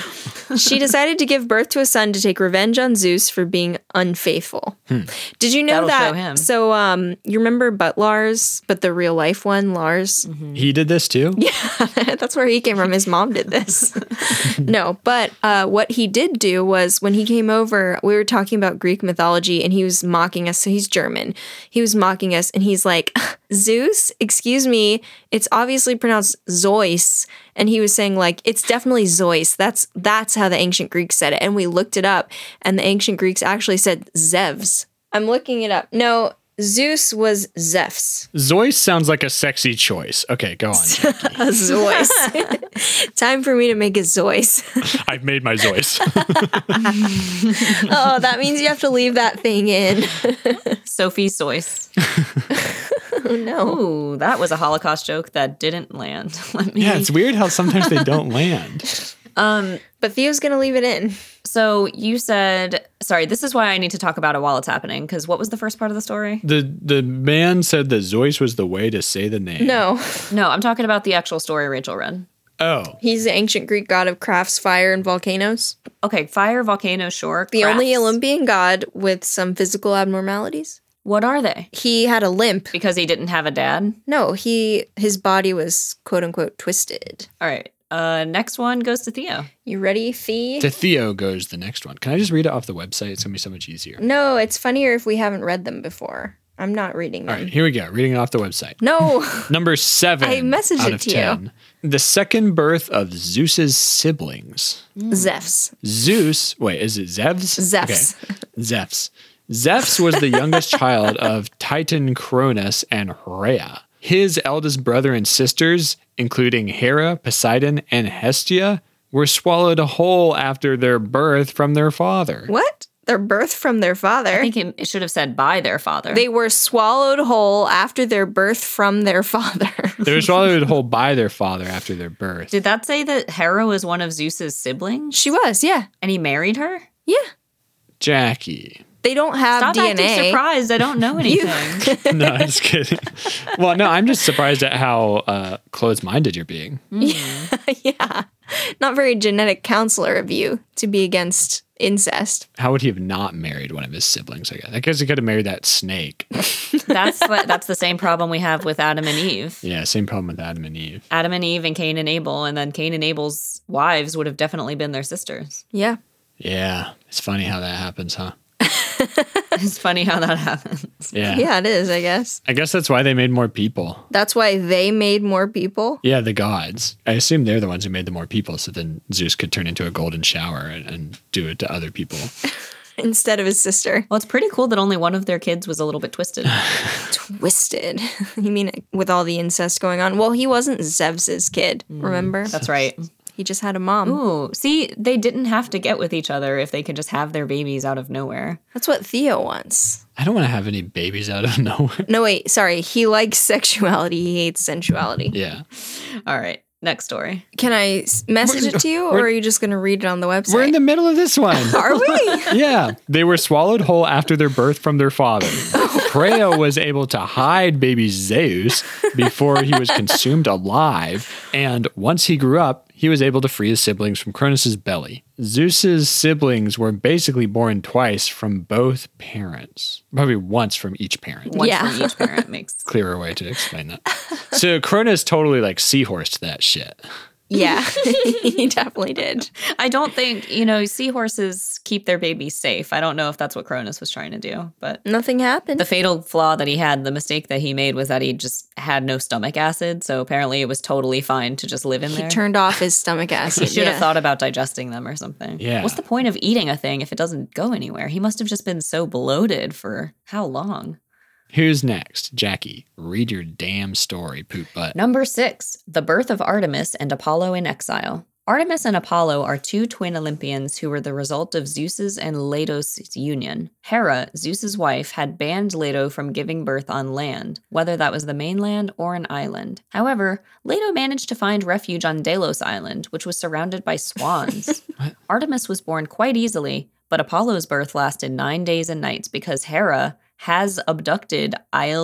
C: [laughs] she decided to give birth to a son to take revenge on Zeus for being unfaithful. Did you know
B: Hmm. That'll
C: that?
B: show him.
C: So, um, you remember But Lars, but the real life one, Lars?
A: He did this too? Yeah.
C: [laughs] That's where he came from. His mom did this. [laughs] no, but uh, what he did do was when he came over, we were talking about Greek mythology and he was mocking us. So he's German. He was mocking us and he's like, [laughs] Zeus, excuse me, it's obviously pronounced Zeus. And he was saying like, it's definitely Zeus. That's that's how the ancient Greeks said it. And we looked it up and the ancient Greeks actually said Zevs. I'm looking it up. No, Zeus was Zephs.
A: Zeus sounds like a sexy choice. Okay, go on.
C: [laughs]
A: Jackie.
C: A Zeus. Time for me to make a Zeus.
A: I've made my
C: [laughs]
A: Zeus.
C: Oh, that means you have to leave that thing in.
B: Sophie Soyce.
C: [laughs] Oh no.
B: Ooh, that was a Holocaust joke that didn't land. [laughs] Let me.
A: yeah, it's weird how sometimes they don't land.
B: Um.
C: But Theo's gonna leave it in.
B: So you said, sorry. This is why I need to talk about it while it's happening. Because what was the first part of the story?
A: The the man said that Zeus was the way to say the name.
C: No.
B: No, I'm talking about the actual story Rachel read.
A: Oh.
C: He's the ancient Greek god of crafts, fire, and volcanoes.
B: Okay, fire, volcano, shore.
C: The only
B: crafts.
C: Olympian god with some physical abnormalities.
B: What are they?
C: He had a limp.
B: Because he didn't have a dad.
C: No, he his body was quote unquote twisted.
B: All right. Uh, next one goes to Theo.
C: You ready, Thea?
A: To Theo goes the next one. Can I just read it off the website? It's gonna be so much easier.
C: No, it's funnier if we haven't read them before. I'm not reading
A: All
C: them.
A: right, here we go. Reading it off the website.
B: [laughs]
C: No. [laughs]
A: Number seven.
C: I messaged
A: out
C: it
A: of
C: to you.
A: 10, The second birth of Zeus's siblings.
C: Zephs.
A: Zeus, wait, is it Zevs?
C: Zephs.
A: Okay. Zephs. Zephs was the youngest child of Titan Cronus and Rhea. His eldest brother and sisters, including Hera, Poseidon, and Hestia, were swallowed whole after their birth from their father.
C: What? Their birth from their father.
B: I think it- it should have said by their father.
C: They were swallowed whole after their birth from their [laughs] father.
A: They were swallowed whole by their father after their birth.
B: Did that say that Hera was one of Zeus's siblings
C: she was, yeah.
B: and he married her?
C: Yeah.
A: Jackie.
C: They don't have
B: Stop acting
C: DNA.
B: surprised. I don't know [laughs] anything.
A: No, I'm just kidding. Well, no, I'm just surprised at how uh, closed minded you're being.
C: [laughs] yeah. Not very genetic counselor of you to be against incest.
A: How would he have not married one of his siblings? I guess. I guess he could have married that snake.
B: that's what, that's the same problem we have with Adam and Eve.
A: Yeah, same problem with Adam and Eve.
B: Adam and Eve and Cain and Abel, and then Cain and Abel's wives would have definitely been their sisters. [laughs]
C: Yeah.
A: Yeah, it's funny how that happens, huh?
B: It's funny how that [laughs] happens.
A: Yeah.
C: Yeah, it is, I guess.
A: I guess that's why they made more people.
C: That's why they made more
A: [laughs]
C: people.
A: Yeah, the gods. I assume they're the ones who made the more people, so then Zeus could turn into a golden shower and, and do it to other people.
C: Instead of his sister.
B: Well, it's pretty cool that only one of their kids was a little bit [sighs] twisted.
C: Twisted. [laughs] you mean with all the incest going on? Well, he wasn't Zev's kid, remember?
B: That's right.
C: He just had a mom.
B: Ooh, see, they didn't have to get with each other if they could just have their babies out of nowhere.
C: That's what Theo wants.
A: I don't want to have any babies out of [laughs] nowhere.
C: No, wait, sorry. He likes [laughs] sexuality. He hates sensuality.
A: Yeah.
B: All right, next story.
C: Can I s- message it to you, or
A: we're-
C: are you just going to read it on the website?
A: We're in the middle of this one. [laughs]
C: are we?
A: yeah, they were swallowed whole after their birth from their father. Freya was able to hide baby Zeus before he was consumed alive, and once he grew up, he was able to free his siblings from Cronus's belly. Zeus's siblings were basically born twice from both parents, probably once from each parent.
B: One
C: Yeah.
B: from each parent makes.
A: Clearer way to explain that. so Cronus totally like seahorsed that shit.
C: [laughs] Yeah, he definitely did.
B: [laughs] I don't think you know seahorses keep their babies safe. I don't know if that's what Cronus was trying to do, but
C: Nothing happened.
B: the fatal flaw that he had, the mistake that he made was that he just had no stomach acid. So apparently, it was totally fine to just live in
C: He
B: there.
C: turned off his stomach
B: He
C: acid.
B: should
C: yeah.
B: have thought about digesting them or something.
A: Yeah.
B: What's the point of eating a thing if it doesn't go anywhere? He must have just been so bloated for how long?
A: Who's next? Jackie, read your damn story, poop butt.
B: Number six, the birth of Artemis and Apollo in exile. Artemis and Apollo are two twin Olympians who were the result of Zeus's and Leto's union. Hera, Zeus's wife, had banned Leto from giving birth on land, whether that was the mainland or an island. However, Leto managed to find refuge on Delos Island, which was surrounded by swans. Artemis was born quite easily, but Apollo's birth lasted nine days and nights because Hera has abducted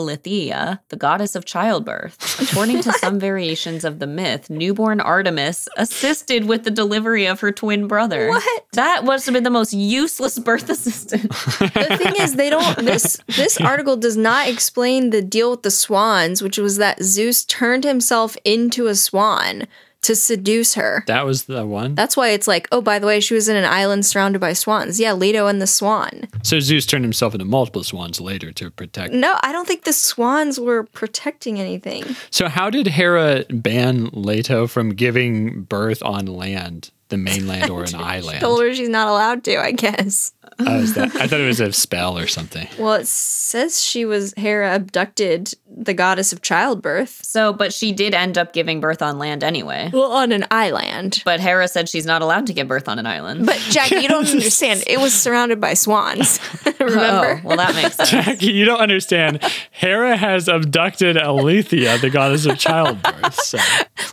B: Iolithea, the goddess of
C: [laughs]
B: childbirth. According to some variations of the myth, newborn Artemis assisted with the delivery of her twin brother.
C: What?
B: That must have been the most useless birth
C: [laughs]
B: assistant.
C: the thing is they don't this this article does not explain the deal with the swans which was that zeus turned himself into a swan to seduce her
A: That was the one.
C: that's why it's like oh by the way she was in an island surrounded by swans yeah leto and the swan
A: So Zeus turned himself into multiple swans later to protect.
C: no i don't think the swans were protecting anything
A: So how did Hera ban Leto from giving birth on land, the mainland or an island?
C: told her she's not allowed to i guess
A: Oh, is that- I thought it was a spell or [laughs] something.
C: well it says she was hera abducted the goddess of childbirth
B: So, but she did end up giving birth on land anyway.
C: well on an island
B: But Hera said she's not allowed to give birth on an island.
C: but jack you [laughs] don't understand it was surrounded by swans [laughs] remember
B: Oh, well, that
C: [laughs]
B: makes sense.
A: Jackie, you don't understand. Hera has abducted Alethea, the goddess of childbirth. So.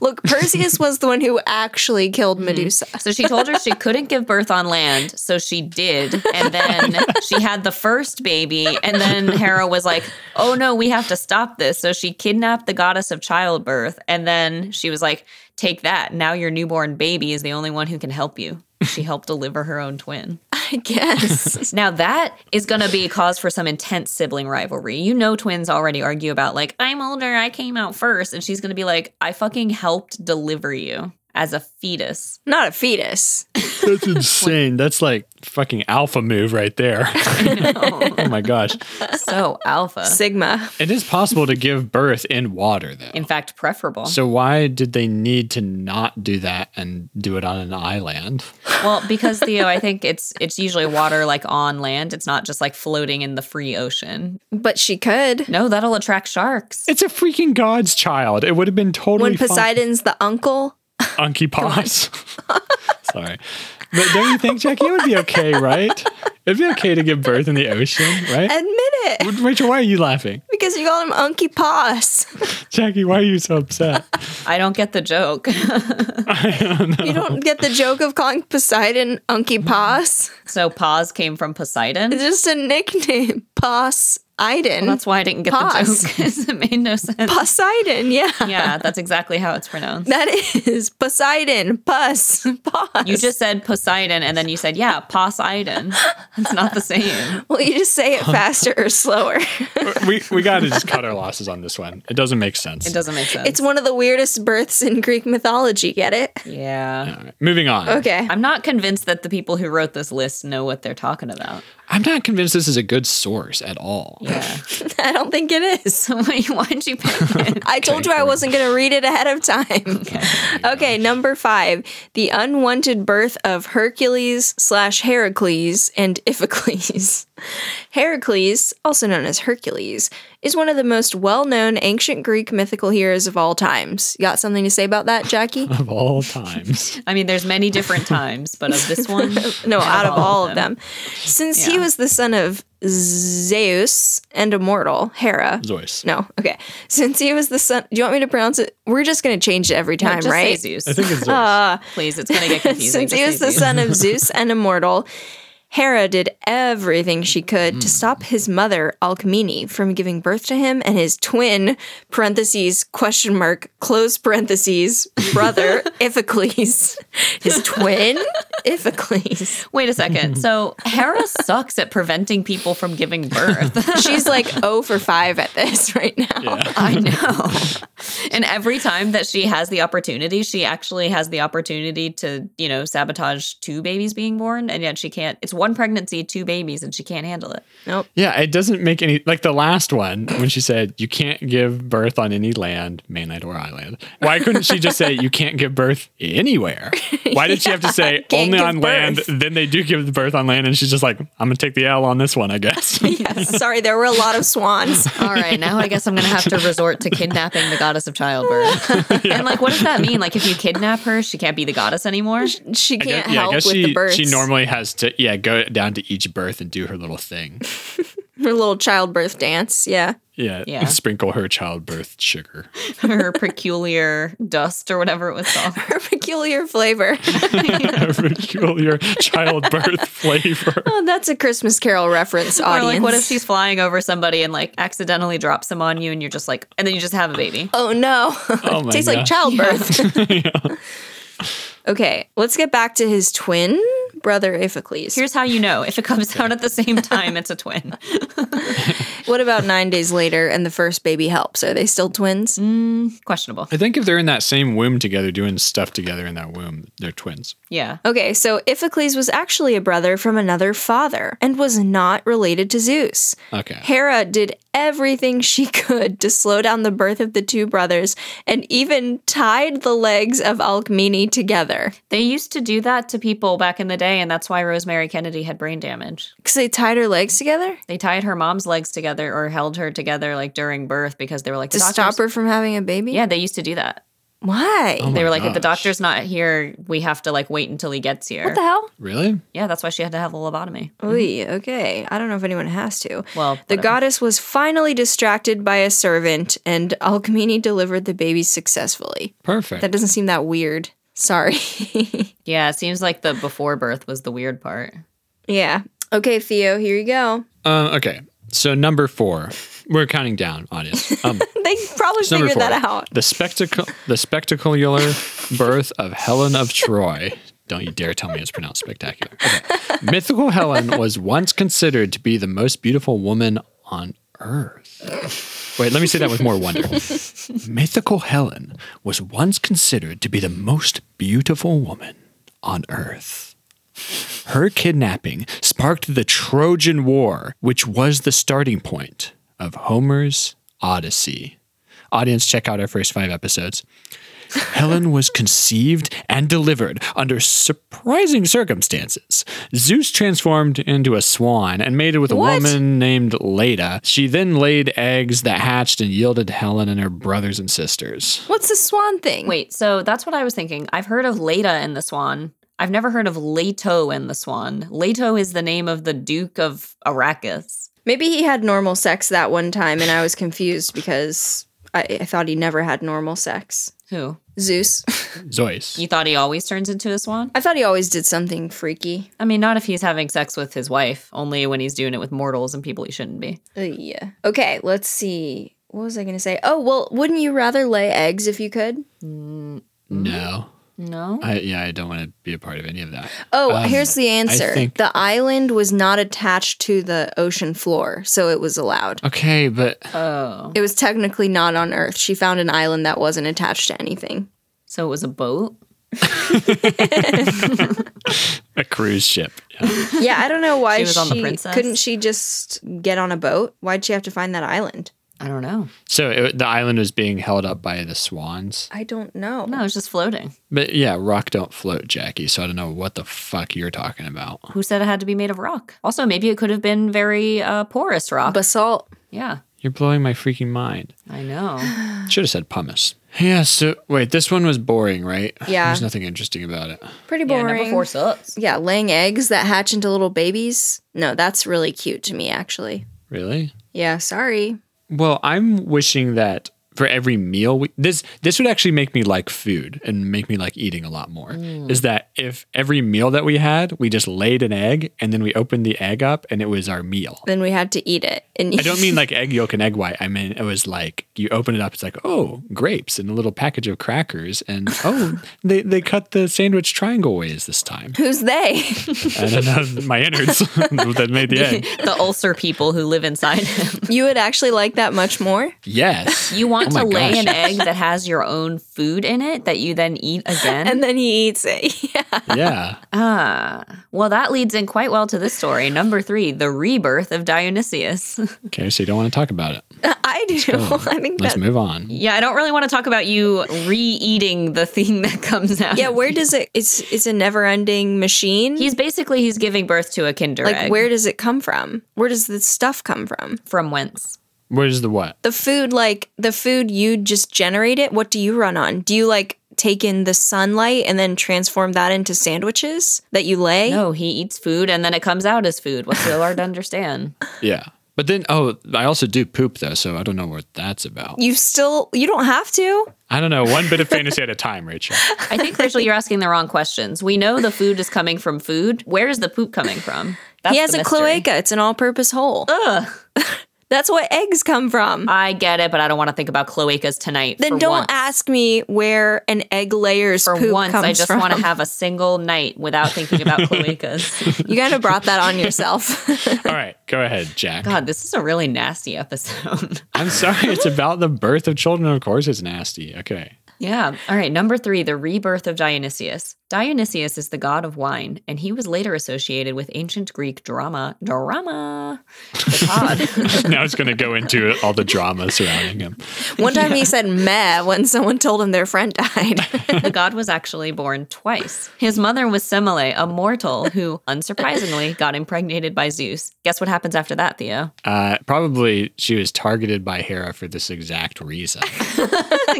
C: Look, Perseus was the one who actually killed Medusa.
B: So she told her she couldn't give birth on land, so she did. And then she had the first baby, and then Hera was like, "Oh no, we have to stop this." So she kidnapped the goddess of childbirth, and then she was like, "Take that. Now your newborn baby is the only one who can help you." She helped deliver her own twin.
C: [laughs] I guess.
B: Now that is going to be a cause for some intense sibling rivalry. You know, twins already argue about like, "I'm older, I came out first," and she's going to be like, "I fucking helped deliver you." As a fetus,
C: [laughs] Not a fetus.
A: That's insane. That's like fucking alpha move right there. oh my gosh.
B: so alpha.
C: [laughs] Sigma.
A: It is possible to give birth in water, though.
B: in fact preferable.
A: So why did they need to not do that and do it on an island?
B: well, because Theo, I think it's it's usually water like on land. It's not just like floating in the free ocean.
C: But she could.
B: No, that'll attract sharks.
A: It's a freaking god's child. It would have been totally
C: When Poseidon's the uncle.
A: fine. Unky paws. [laughs] Sorry. But don't you think, Jackie, it would be okay, right? It'd be okay to give birth in the ocean, right?
C: Admit it.
A: Rachel, why are you laughing?
C: Because you call him Unky Paws.
A: Jackie, why are you so upset?
B: I don't get the joke.
C: [laughs]
B: [laughs]
C: You don't get the joke of calling Poseidon Unky Paws.
B: so pause came from Poseidon.
C: It's just a nickname. Poseidon.
B: That's why I didn't get
C: Pause.
B: the joke. [laughs] 'cause it made no sense.
C: Poseidon, yeah.
B: Yeah, that's exactly how it's pronounced.
C: That is Poseidon. Pus. [laughs] Paws.
B: You just said Poseidon and then you said, yeah, Poseidon. It's not the same.
C: Well, you just say it faster or slower. [laughs]
A: we we got to just cut our losses on this one. It doesn't make sense.
B: It doesn't make sense.
C: It's one of the weirdest births in Greek mythology, get it?
B: yeah.
A: All right, moving on.
C: Okay.
B: I'm not convinced that the people who wrote this list know what they're talking about.
A: I'm not convinced this is a good source at all.
B: Yeah.
C: [laughs]
B: [laughs]
C: I don't think it is.
B: so wait, why'd you pick it?
C: I told you I wasn't going to read it ahead of time. okay, number five The Unwanted Birth of Hercules slash Heracles and [laughs] Iphicles. Heracles, also known as Hercules, is one of the most well known ancient Greek mythical heroes of all times. You got something to say about that, Jackie?
A: Of all
C: [laughs]
A: times.
B: I mean, there's many [laughs] different times, but of this one,
C: No, out of all of them. Since he was the son of Zeus and immortal, Hera.
A: Zeus.
C: No, okay. Since he was the son, do you want me to pronounce it? We're just going to change it every time,
B: just
C: right?
B: say Zeus, [laughs]
A: I think it's Zeus.
C: Uh,
B: please. It's gonna get confusing.
C: since
B: Just [laughs]
C: he was
B: say
C: the
B: Zeus.
C: son of Zeus and immortal, Hera did everything she could to stop his mother, Alcmene, from giving birth to him and his twin, parentheses, question mark, close parentheses,
B: [laughs]
C: brother, Iphicles. His twin, Iphicles.
B: Wait
A: [laughs]
B: a second. So Hera sucks at preventing people from giving birth.
A: [laughs]
C: She's like 0 for 5 at this [laughs] right now.
B: I know. and every time that she has the opportunity, she actually has the opportunity to, you know, sabotage two babies being born. And yet she can't, it's one pregnancy, two babies, and she can't handle it. [laughs]
C: Nope.
A: Yeah, it doesn't make any like the last one when she said you can't give birth on any land, mainland or island. Why couldn't she just say you can't give birth
C: [laughs]
A: anywhere? Why did she have to say
C: can't
A: only
C: give
A: on land? Then they do give the birth on land, and she's just like, I'm gonna take the L on this one, I
C: [laughs]
A: guess.
C: Yes. Sorry, there were a lot of swans.
B: All right, now I guess I'm going
A: [laughs]
B: to have to resort to kidnapping the goddess of childbirth. And like, what does that mean? Like, if you kidnap her, she can't be the goddess anymore?
C: She
A: I guess-
C: can't help with
A: she,
C: the births.
A: she normally has to yeah go down to each birth and do her little thing.
C: Her little childbirth dance. Yeah. [laughs]
A: Yeah,
B: Yeah.
A: sprinkle her childbirth sugar. [laughs]
B: Her peculiar dust or whatever it was
C: [laughs]
B: called.
C: Her peculiar flavor.
A: Peculiar
C: [laughs]
A: childbirth flavor.
C: Oh, that's a Christmas Carol reference, audience.
B: Or like, what if she's flying over somebody and like accidentally drops them on you, and you're just like, and then you just have a baby.
C: Oh no! [laughs]
A: Oh my
C: Tastes like
A: gosh.
C: childbirth.
A: [laughs]
C: [laughs] okay, let's get back to his twin brother Iphicles.
B: Here's how you know if it comes out at the
C: [laughs]
B: same time, it's a twin. [laughs]
C: what about nine days later and the first baby helps? Are they still twins?
B: Questionable.
A: I think if they're in that same womb together, doing stuff together in that womb, they're twins.
B: Yeah.
C: Okay, so Iphicles was actually a brother from another father and was not related to Zeus.
A: Okay.
C: Hera did everything [laughs] she could to slow down the birth of the two brothers and even tied the legs of Alcmene together.
B: They used to do that to people back in the day, and that's why Rosemary Kennedy had brain damage.
C: Because they tied her legs together?
B: They tied her mom's legs together or held her together like during birth because they were like,
C: To
B: the
C: stop
B: doctor's-
C: her from having a baby?
B: Yeah, they used to do that.
C: Why?
A: Oh my
B: they were like, if the
A: gosh.
B: doctor's not here, we have to like wait until he gets here.
C: What the hell?
A: Really?
B: yeah, that's why she had to have a lobotomy.
C: Oy, okay. I don't know if anyone has to.
B: Mm-hmm. Well,
C: the
B: whatever.
C: goddess was finally distracted by a servant, and Alcmene delivered the baby successfully.
A: Perfect.
C: That doesn't seem that weird. Sorry. [laughs]
B: Yeah, it seems like the before birth was the weird part.
C: yeah. Okay, Theo, here you go. [laughs]
A: Uh, okay. So number four, we're counting down,
C: [laughs]
A: audience. Um,
C: They probably
A: number
C: figured
A: four,
C: that out.
A: the spectacle, the spectacular birth of Helen of Troy. Don't you dare tell me it's pronounced spectacular. Okay.
C: [laughs]
A: Mythical Helen was once considered to be the most beautiful woman on earth. Wait, let me say that with more
C: [laughs]
A: wonder. Mythical Helen was once considered to be the most beautiful woman on earth. Her kidnapping sparked the Trojan War, which was the starting point of Homer's Odyssey. Audience, check out our first five episodes. Helen was conceived and delivered under surprising circumstances. Zeus transformed into a swan and mated with a
C: What?
A: woman named Leda. She then laid eggs that hatched and yielded Helen and her brothers and sisters.
C: What's the swan thing?
B: Wait, so that's what I was thinking. I've heard of Leda and the Swan. I've never heard of Leto and the Swan. Leto is the name of the Duke of Arrakis.
C: Maybe he had normal sex that one time, and I was confused because I, I thought he never had normal sex.
B: Who?
C: Zeus. [laughs]
A: Zeus.
B: You thought he always turns into a swan?
C: I thought he always did something freaky.
B: I mean, not if he's having sex with his wife, only when he's doing it with mortals and people he shouldn't be.
C: Uh, yeah. Okay, let's see. What was I going to say? Oh, well, wouldn't you rather lay eggs if you could?
A: No.
B: No?
A: I, yeah, I don't want to be a part of any of that.
C: Oh, here's the answer.
A: Um, think-
C: The island was not attached to the ocean floor, so it was allowed.
A: Okay, but
B: Oh.
C: It was technically not on Earth. She found an island that wasn't attached to anything.
B: So it was a boat?
A: a cruise ship. Yeah.
C: Yeah, I
B: [laughs]
C: don't know why
B: She
C: she,
B: was on the Princess?
C: couldn't she just get on a boat? Why'd she have to find that island?
B: I don't know.
A: So it, the island was being held up by the swans.
C: I don't know.
B: No, it's just floating.
A: But yeah, rock don't float, Jackie. So I don't know what the fuck you're talking about.
B: Who said it had to be made of rock? Also, maybe it could have been very uh, porous rock.
C: Basalt.
B: yeah,
A: You're blowing my freaking mind.
B: I know.
A: Should have said pumice. Yeah, so wait, this one was boring, right?
C: Yeah.
A: There's nothing interesting about it.
C: Pretty
B: yeah,
C: boring.
B: number four sucks.
C: Yeah, laying eggs that hatch into little babies. No, that's really cute to me, actually.
A: Really?
C: Yeah, sorry.
A: Well, I'm wishing that for every meal we, this this would actually make me like food and make me like eating a lot more is that if every meal that we had we just laid an egg and then we opened the egg up and it was our meal
C: Then we had to eat it. And
A: i don't mean like egg yolk and egg white i mean it was like you open it up it's like oh grapes and a little package of crackers and oh they, they cut the sandwich triangle ways this time
C: [laughs]
B: [laughs]
C: who's they?
A: and then that was my innards [laughs] that made the egg
B: the ulcer people who live inside him.
C: you would actually like that much more?
A: yes
B: You want
A: Oh
B: to
A: my
B: lay
A: gosh.
B: an egg that has your own food in it that you then [laughs] eat again.
C: And then he eats it. [laughs] Yeah.
A: yeah
B: ah, well, that leads in quite well to this story. Number three, the rebirth of Dionysius. [laughs]
A: okay so you don't want to talk about it
C: I do. [laughs] I think
A: let's
C: that.
A: move on
B: yeah, I don't really want to talk about you re-eating the thing that comes out.
C: Yeah, where does it? It's it's a never-ending machine.
B: he's basically he's giving birth to a Kinder
C: like,
B: egg.
C: where does it come from? Where does this stuff come from?
B: from whence?
A: where's the what
C: The food, like the food you just generate it. What do you run on? Do you like take in the sunlight and then transform that into sandwiches that you lay?
B: No, he eats food and then it comes out as food. What's so hard to understand?
A: Yeah. But then, oh, I also do poop though, so I don't know what that's about.
C: You still you don't have to.
A: I don't know. One bit of fantasy at a time, Rachel.
B: [laughs] I think Rachel, you're asking the wrong questions. We know the food is coming from food. Where is the poop coming from? That's
C: he has
B: the
C: a
B: mystery.
C: cloaca. It's an all-purpose hole. Ugh. [laughs] That's what eggs come from.
B: I get it, but I don't want to think about cloacas tonight.
C: then
B: Uh, for
C: don't
B: once.
C: ask me where an egg layer's
B: For
C: poop
B: once,
C: comes
B: I just
C: from.
B: want to have a single night without thinking about cloacas.
C: [laughs] you kind of brought that
B: [laughs]
C: on yourself.
A: All right, go ahead, Jack.
B: God, this is a really nasty episode. [laughs]
A: I'm sorry. It's about the birth of children. Of course, it's nasty. Okay.
B: Yeah. All right. Number three, the rebirth of Dionysius. Dionysius is the god of wine, and he was later associated with ancient Greek drama. Drama. The
C: [laughs]
B: god.
A: [laughs] Now it's going to go into all the drama surrounding him.
C: One time he said meh when someone told him their friend died.
B: [laughs] the god was actually born twice. His mother was Semele, a mortal who, unsurprisingly, got impregnated by Zeus. Guess what happens after that, Theo?
A: Uh, probably she was targeted by Hera for this exact reason.
B: [laughs]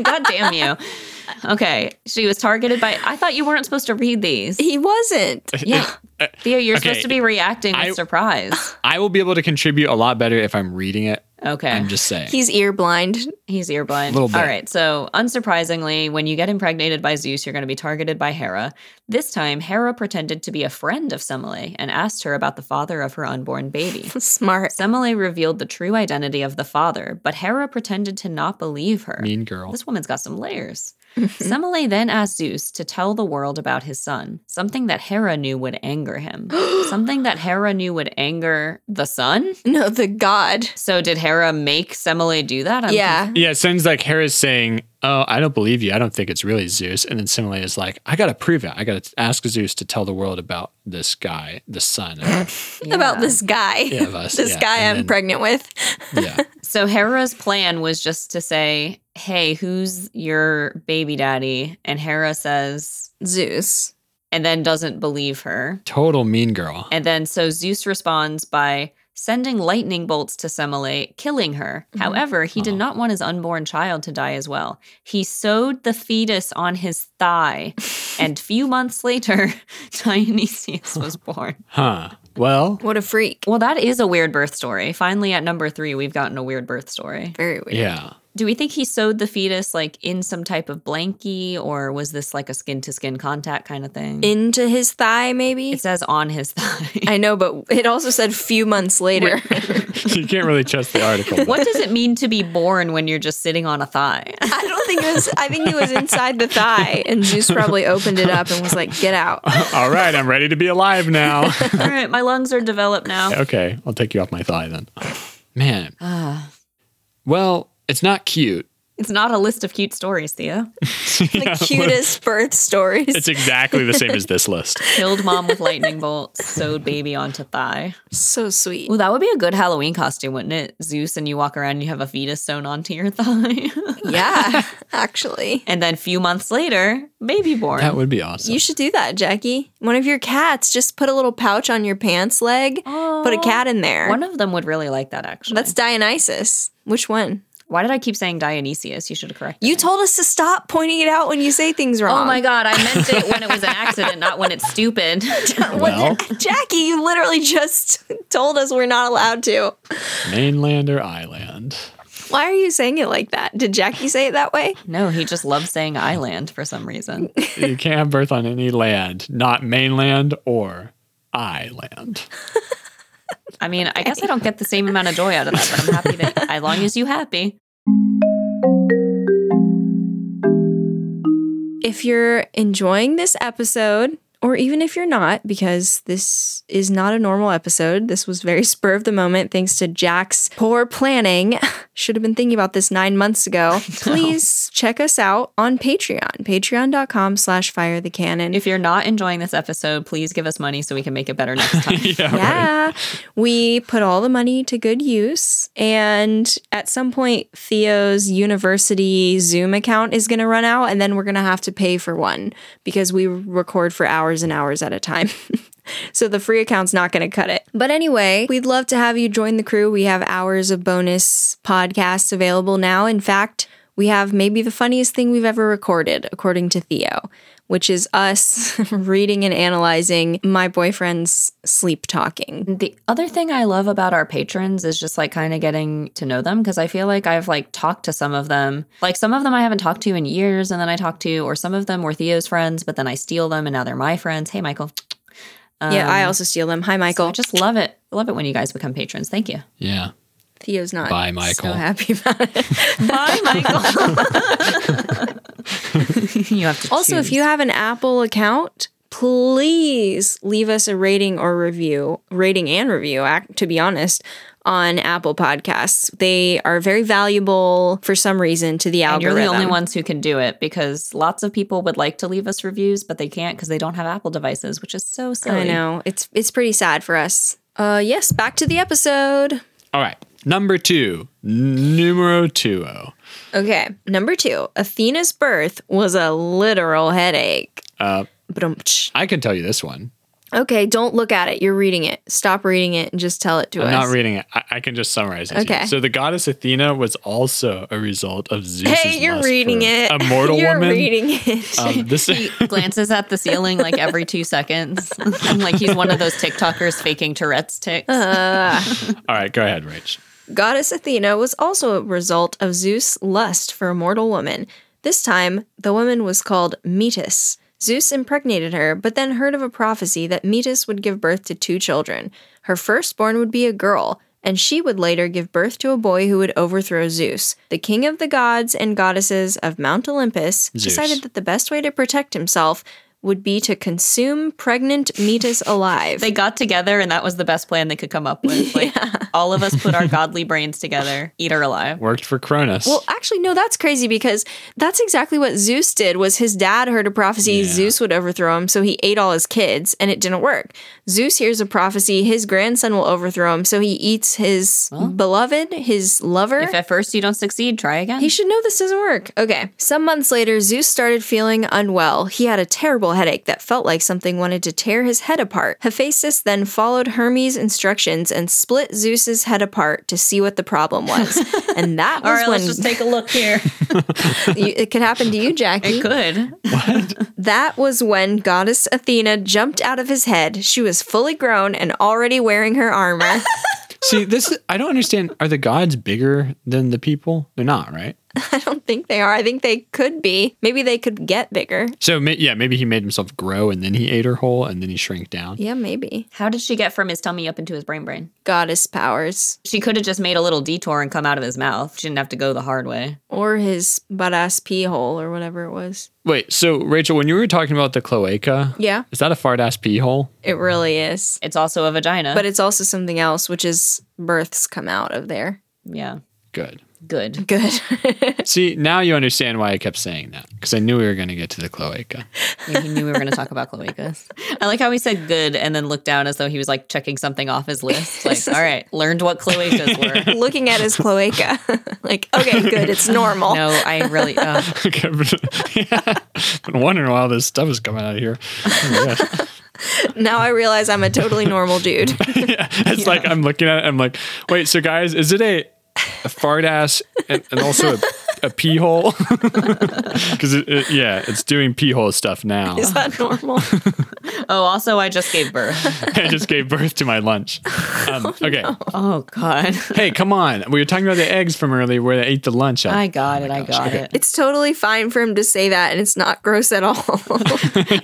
B: God damn you. Okay. She was targeted by. I thought you weren't supposed to read these.
C: he wasn't.
B: Yeah. Theo, you're
A: okay,
B: supposed to be reacting with
A: I-
B: surprise.
A: I will be able to contribute a lot better if I'm reading it.
B: Okay.
A: I'm
C: [sighs]
A: just saying.
C: He's earblind.
B: He's earblind.
A: Little bit.
B: All right. So, unsurprisingly, when you get impregnated by Zeus, you're going to be targeted by Hera. This time, Hera pretended to be a friend of Semele and asked her about the father of her unborn baby.
C: Smart.
B: Semele revealed the true identity of the father, but Hera pretended to not believe her.
A: mean girl.
B: This woman's got some layers. Semele then asked Zeus to tell the world about his son, something that Hera knew would anger him. something that Hera knew would anger the son?
C: No, the god.
B: So did Hera make Semele do that? I'm
C: yeah.
A: Yeah, it sounds like Hera's saying, "Oh, I don't believe you. I don't think it's really Zeus." And then Simile is like, "I gotta prove it. I gotta ask Zeus to tell the world about this guy, the son."
C: [laughs]
A: of-"
B: confused.
C: About
B: Yeah.
C: this guy. [laughs]
A: of us,
C: this
A: yeah.
C: guy
A: And
C: I'm
A: then-
C: pregnant with.
A: yeah,
B: So Hera's plan was just to say, "Hey, who's your baby daddy?" And Hera says,
C: Zeus.
B: and then doesn't believe her.
A: total mean girl.
B: And then so Zeus responds by sending lightning bolts to Semele, killing her. However, he did
A: Aw.
B: not want his unborn child to die as well. He sewed the fetus on his thigh, and few months later, [laughs] Dionysius was born.
A: Huh. Well,
C: What a freak.
B: Well, that is a weird birth story. Finally, at number three, we've gotten a weird birth story.
C: Very weird.
A: yeah. [laughs]
B: Do we think he sewed the fetus like in some type of blankie or was this like a skin to skin contact kind of thing?
C: Into his thigh, maybe?
B: it says on his [laughs]
C: [laughs]
B: thigh.
C: I know, but it also said few months [laughs] later.
A: you can't really trust the
C: [laughs]
A: article.
B: what does it mean to be born when you're just sitting on a thigh?
C: I don't think it was, I think it was inside the thigh. And Zeus probably opened it up and was like,
A: [laughs]
C: get out.
A: All right, I'm ready to be alive [laughs] now.
B: All right, my lungs are developed now.
A: okay, I'll take you off my thigh then. Man. Well, it's not cute.
B: Ah. It's not a list of cute stories, Thea.
C: The cutest birth stories.
A: It's exactly the same as this list.
B: Killed mom with lightning bolts, sewed baby onto thigh.
C: so sweet.
B: Well, that would be a good Halloween costume, wouldn't it? Zeus, and you walk around and you have a fetus sewn onto your [laughs] thigh.
A: [laughs]
C: Yeah, actually.
B: and then few months later, baby born.
A: [laughs] That would be awesome. [laughs]
C: You should do that, Jackie. One of your cats, just put a little pouch on your pants leg, put a cat in there.
B: One of them would really like that, actually.
C: That's Dionysus. Which one?
B: Why did I keep saying Dionysius? You should have corrected.
C: You told us to stop pointing it out when you say things wrong.
B: Oh my god, I meant it when it was an accident, not when it's stupid.
C: What
A: Well.
C: the- Jackie, you [laughs] literally just told us we're not allowed to.
A: Mainland or island?
C: Why are you saying it like that? Did Jackie say it that way?
B: [laughs] No, he just loves saying island for some reason.
A: you can't have birth on any land, not mainland or island.
B: I mean, I guess I don't get the same amount of joy out of that, but I'm happy that as long as you happy.
C: If you're enjoying this episode, or even if you're not, because this is not a normal episode, this was very spur of the moment thanks to Jack's poor planning. [laughs] Should have been thinking about this nine months ago. Please check us out on Patreon, patreon.com slash fire the cannon.
B: If you're not enjoying this episode, please give us money so we can make it better next time.
A: yeah, right.
C: yeah. We put all the money to good use. And at some point, Theo's university Zoom account is going to run out, and then we're going to have to pay for one because we record for hours and hours at a time. [laughs] So, the free account's not going to cut it. But anyway, we'd love to have you join the crew. We have hours of bonus podcasts available now. In fact, we have maybe the funniest thing we've ever recorded, according to Theo, which is us [laughs] reading and analyzing my boyfriend's sleep talking.
B: The other thing I love about our patrons is just like kind of getting to know them because I feel like I've like talked to some of them. Like some of them I haven't talked to in years and then I talked to, or some of them were Theo's friends, but then I steal them and now they're my friends. Hey, Michael.
C: yeah, I
B: Um,
C: also steal them. Hi,
B: so I
C: Michael.
B: just love it. Love it when you guys become patrons. Thank you.
A: Yeah.
C: Theo's not
A: Bye, Michael.
C: so happy about
B: [laughs]
C: it. [laughs]
B: Bye, Michael. you have to
C: also, if
B: choose.
C: you have an Apple account, please leave us a rating or review, rating and review, ac- to be honest, on Apple Podcasts. They are very valuable for some reason to the
B: and you're
C: algorithm.
B: the only ones who can do it because lots of people would like to leave us reviews, but they can't because they don't have Apple devices, which is so silly.
C: I know. It's it's pretty sad for us. Uh yes, back to the episode.
A: All right. Number two, numero tuo.
C: Okay. Number 2, Athena's birth was a literal headache.
A: Uh,
C: Brumch.
A: I can tell you this one.
C: Okay, don't look at it. You're reading it. Stop reading it and just tell it to
A: I'm
C: us.
A: not reading it. I, I can just summarize it. to you.
C: Okay.
A: So the goddess Athena was also a result of Zeus.
C: hey, you're reading it.
A: A mortal
C: [laughs] you're
A: woman.
C: reading it.
A: Um,
C: [laughs]
A: this
B: He glances at the ceiling like every two seconds. [laughs] and like he's one of those TikTokers faking Tourette's ticks.
C: Uh-huh.
A: All right, go ahead, Rach.
C: Goddess Athena was also a result of Zeus' lust for a mortal woman. This time, the woman was called Metis. Zeus impregnated her, but then heard of a prophecy that Metis would give birth to two children. Her firstborn would be a girl, and she would later give birth to a boy who would overthrow Zeus. The king of the gods and goddesses of Mount Olympus
A: Zeus.
C: decided that the best way to protect himself would be to consume pregnant Metis alive.
B: They got together and that was the best plan they could come up
C: [laughs]
B: with. Like all of us put our godly brains together, eat her alive.
A: Worked for Cronus.
C: Well, actually, no, that's crazy because that's exactly what Zeus did. Was his dad heard a prophecy
A: Yeah.
C: Zeus would overthrow him, so he ate all his kids, and it didn't work. Zeus hears a prophecy his grandson will overthrow him, so he eats his beloved, his lover.
B: If at first you don't succeed, try again.
C: He should know this doesn't work. Okay. Some months later, Zeus started feeling unwell. He had a terrible headache that felt like something wanted to tear his head apart. Hephaestus then followed Hermes' instructions and split Zeus's head apart to see what the
B: [laughs]
C: problem was. And that was
B: all right,
C: when
B: let's just take a look
C: [laughs]
B: here.
C: you, it could happen to you,
B: [laughs]
C: Jackie.
B: It could.
C: That was when goddess Athena jumped out of his head. She was fully grown and already wearing her
B: [laughs]
C: armor. [laughs]
A: see, this I don't understand. Are the gods bigger than the people? They're not, right?
C: I don't think they are. I think they could be. Maybe they could get bigger.
A: So ma- yeah, maybe he made himself grow and then he ate her whole and then he shrank down.
C: Yeah, maybe.
B: How did she get from his tummy up into his brain brain?
C: Goddess powers
B: She could have just made a little detour and come out of his mouth. She didn't have to go the hard way.
C: or his butt ass pee hole or whatever it was.
A: Wait, so Rachel, when you were talking about the cloaca,
C: Yeah,
A: is that a fart ass pee hole?
C: it really is.
B: It's also a vagina.
C: But it's also something else, which is births come out of there.
B: yeah,
A: Good.
B: good.
C: Good. [laughs]
A: See, now you understand why I kept saying that because I knew we were going to get to the cloaca. [laughs]
B: Yeah, he knew we were going to talk about cloacas. [laughs] I like how he said good and then looked down as though he was like checking something off his [laughs] list. Like, all right, learned what [laughs] cloacas were.
C: Looking at his cloaca, [laughs] like, okay, good,
B: [laughs]
C: it's normal.
B: No, I really. Uh,
A: Okay, but- yeah. [laughs] Been wondering why all this stuff is coming out of here. Oh my gosh.
C: Now I realize I'm a totally normal dude.
A: [laughs]
C: [laughs]
A: It's like I'm looking at it. I'm like, wait. So guys, is it a, a fart ass and, and also a, a pee hole? [laughs] Because it, it- yeah, it's doing pee hole stuff now.
C: Is that normal?
B: Oh, also, I just gave birth.
A: [laughs] I just gave birth to my lunch. Um, okay.
B: [laughs] oh, God.
A: Hey, come on. We were talking about the eggs from earlier where they ate the lunch up.
B: I got it. I got it.
C: it's totally fine for him to say that, and it's not gross at all.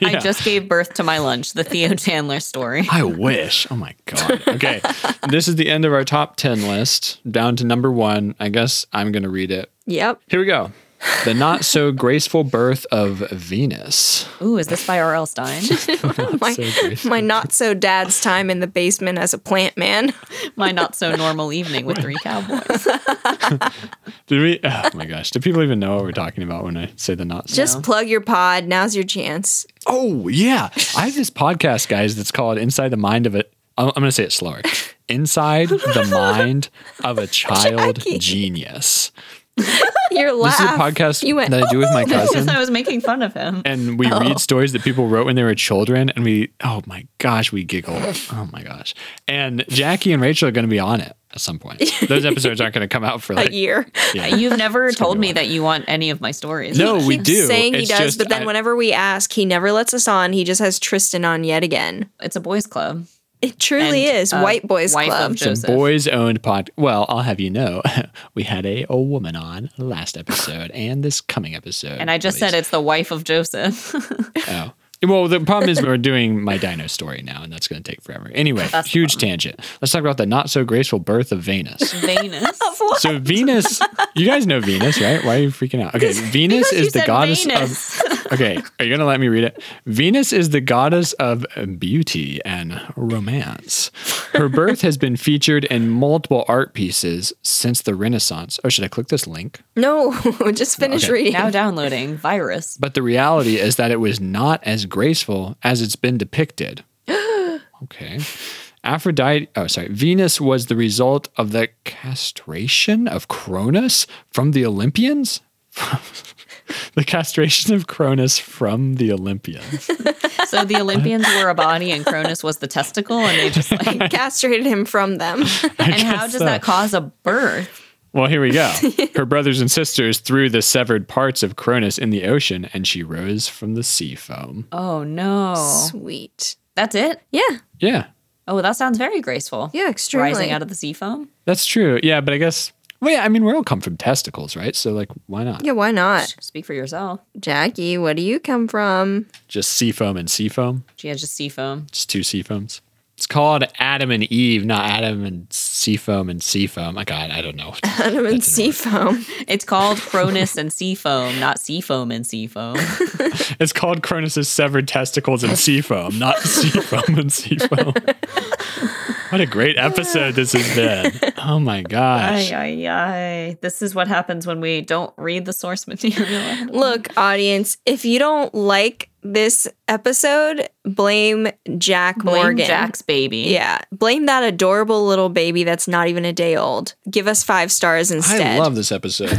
B: I just gave birth to my lunch, the Theo Chandler story.
A: I wish. Oh my God. Okay. this is the end of our top 10 list, down to number one. I guess I'm going to read it.
C: [laughs] yep.
A: Here we go. The not so graceful birth of Venus.
B: [laughs] Ooh, is this by R.L. Stein?
C: [laughs] My,
A: so graceful.
C: my not so dad's time in the basement as a plant man.
B: [laughs] My not so normal evening with three cowboys.
A: Did we? [laughs] Oh my gosh. Do people even know what we're talking about when I say the not so?
C: [laughs] Just
B: No.
C: plug your pod. Now's your chance.
A: Oh yeah, I have this podcast, guys, that's called "Inside the Mind of a." I'm I'm gonna say it slower. Inside
C: [laughs]
A: the mind of a child genius.
C: Your
A: This
C: laugh.
A: is a podcast
C: You went,
A: that I do with my [laughs] cousin,
B: Because [laughs] I was making fun of him.
A: and we
C: Oh.
A: read stories that people wrote when they were children, and we oh my gosh, we giggle. Oh my gosh, and Jackie and Rachel are gonna be on it at some
C: [laughs]
A: point. Those episodes aren't gonna come out for
C: [laughs] a
A: like
C: year.
A: yeah.
B: You've never
A: gonna
B: told
A: be
B: me
A: wild.
B: that you want any of my stories.
A: No,
C: He
A: Oh, we
C: keeps
A: do.
C: Saying he
A: It's
C: does,
A: just-
C: but then
A: I-
C: whenever we ask, he never lets us on. He just has Tristan on yet again.
B: It's a boys' club.
C: It truly
B: And,
C: is
B: uh,
C: white boys
B: wife
C: club.
B: of Joseph.
A: Boys owned pod. Well, I'll have you know, [laughs] we had a, a woman on last episode and this coming episode.
B: And I just said it's the wife of Joseph. [laughs]
A: Oh. Well, the problem is we're doing my dino story now, and that's going to take forever. Anyway, huge tangent. Let's talk about the not so graceful birth of Venus.
B: Venus.
A: So Venus, you guys know Venus, right? Why are you freaking out?
B: [laughs]
A: Okay, Venus
B: you
A: is the
B: said
A: goddess
B: [laughs] Venus.
A: of. Okay, are you going to let me read it? Venus is the goddess of beauty and romance. Her birth has been featured in multiple art pieces since the Renaissance. Oh, should I click this link?
C: No, [laughs] just finish
A: Okay.
C: reading. [laughs]
B: Now downloading virus.
A: But the reality is that it was not as graceful as it's been depicted. okay. Aphrodite, oh, sorry. Venus was the result of the castration of Cronus from the Olympians? [laughs] the castration of Cronus from the Olympians.
B: So the Olympians were a body and Cronus was the testicle, and
A: [laughs]
B: they just like.
C: Castrated him from them. [laughs]
B: And how does that cause a birth?
A: Well, here we go. Her brothers and sisters threw the severed parts of Cronus in the ocean, and she rose from the sea foam.
B: Oh no,
C: Sweet.
B: that's it.
C: Yeah,
A: Yeah,
B: Oh, that sounds very graceful.
C: yeah, extremely.
B: Rising out of the sea foam.
A: That's true. Yeah, but I guess. Well, yeah. I mean, we all come from testicles, right? So, like, why not?
C: yeah, why not?
B: Speak for yourself.
C: Jackie, where do you come from? [laughs]
A: Just sea foam and sea foam.
B: She had just sea foam.
A: It's two sea foams. It's called Adam and Eve, not Adam and sea foam and sea foam. My God, I don't know.
C: Adam and Seafoam.
B: It's called Cronus and sea foam, not sea foam and sea [laughs] foam.
A: it's called Cronus's severed testicles and sea foam, not sea foam and sea foam. What a great episode this has been. Oh my gosh.
B: Ay, ay, ay. This is what happens when we don't read the source [laughs] material.
C: Look, audience, if you don't like this episode, blame Jack
B: Blame
C: Morgan.
B: Jack's baby.
C: Yeah, blame that adorable little baby that's not even a day old. Give us five stars instead.
A: I love this episode.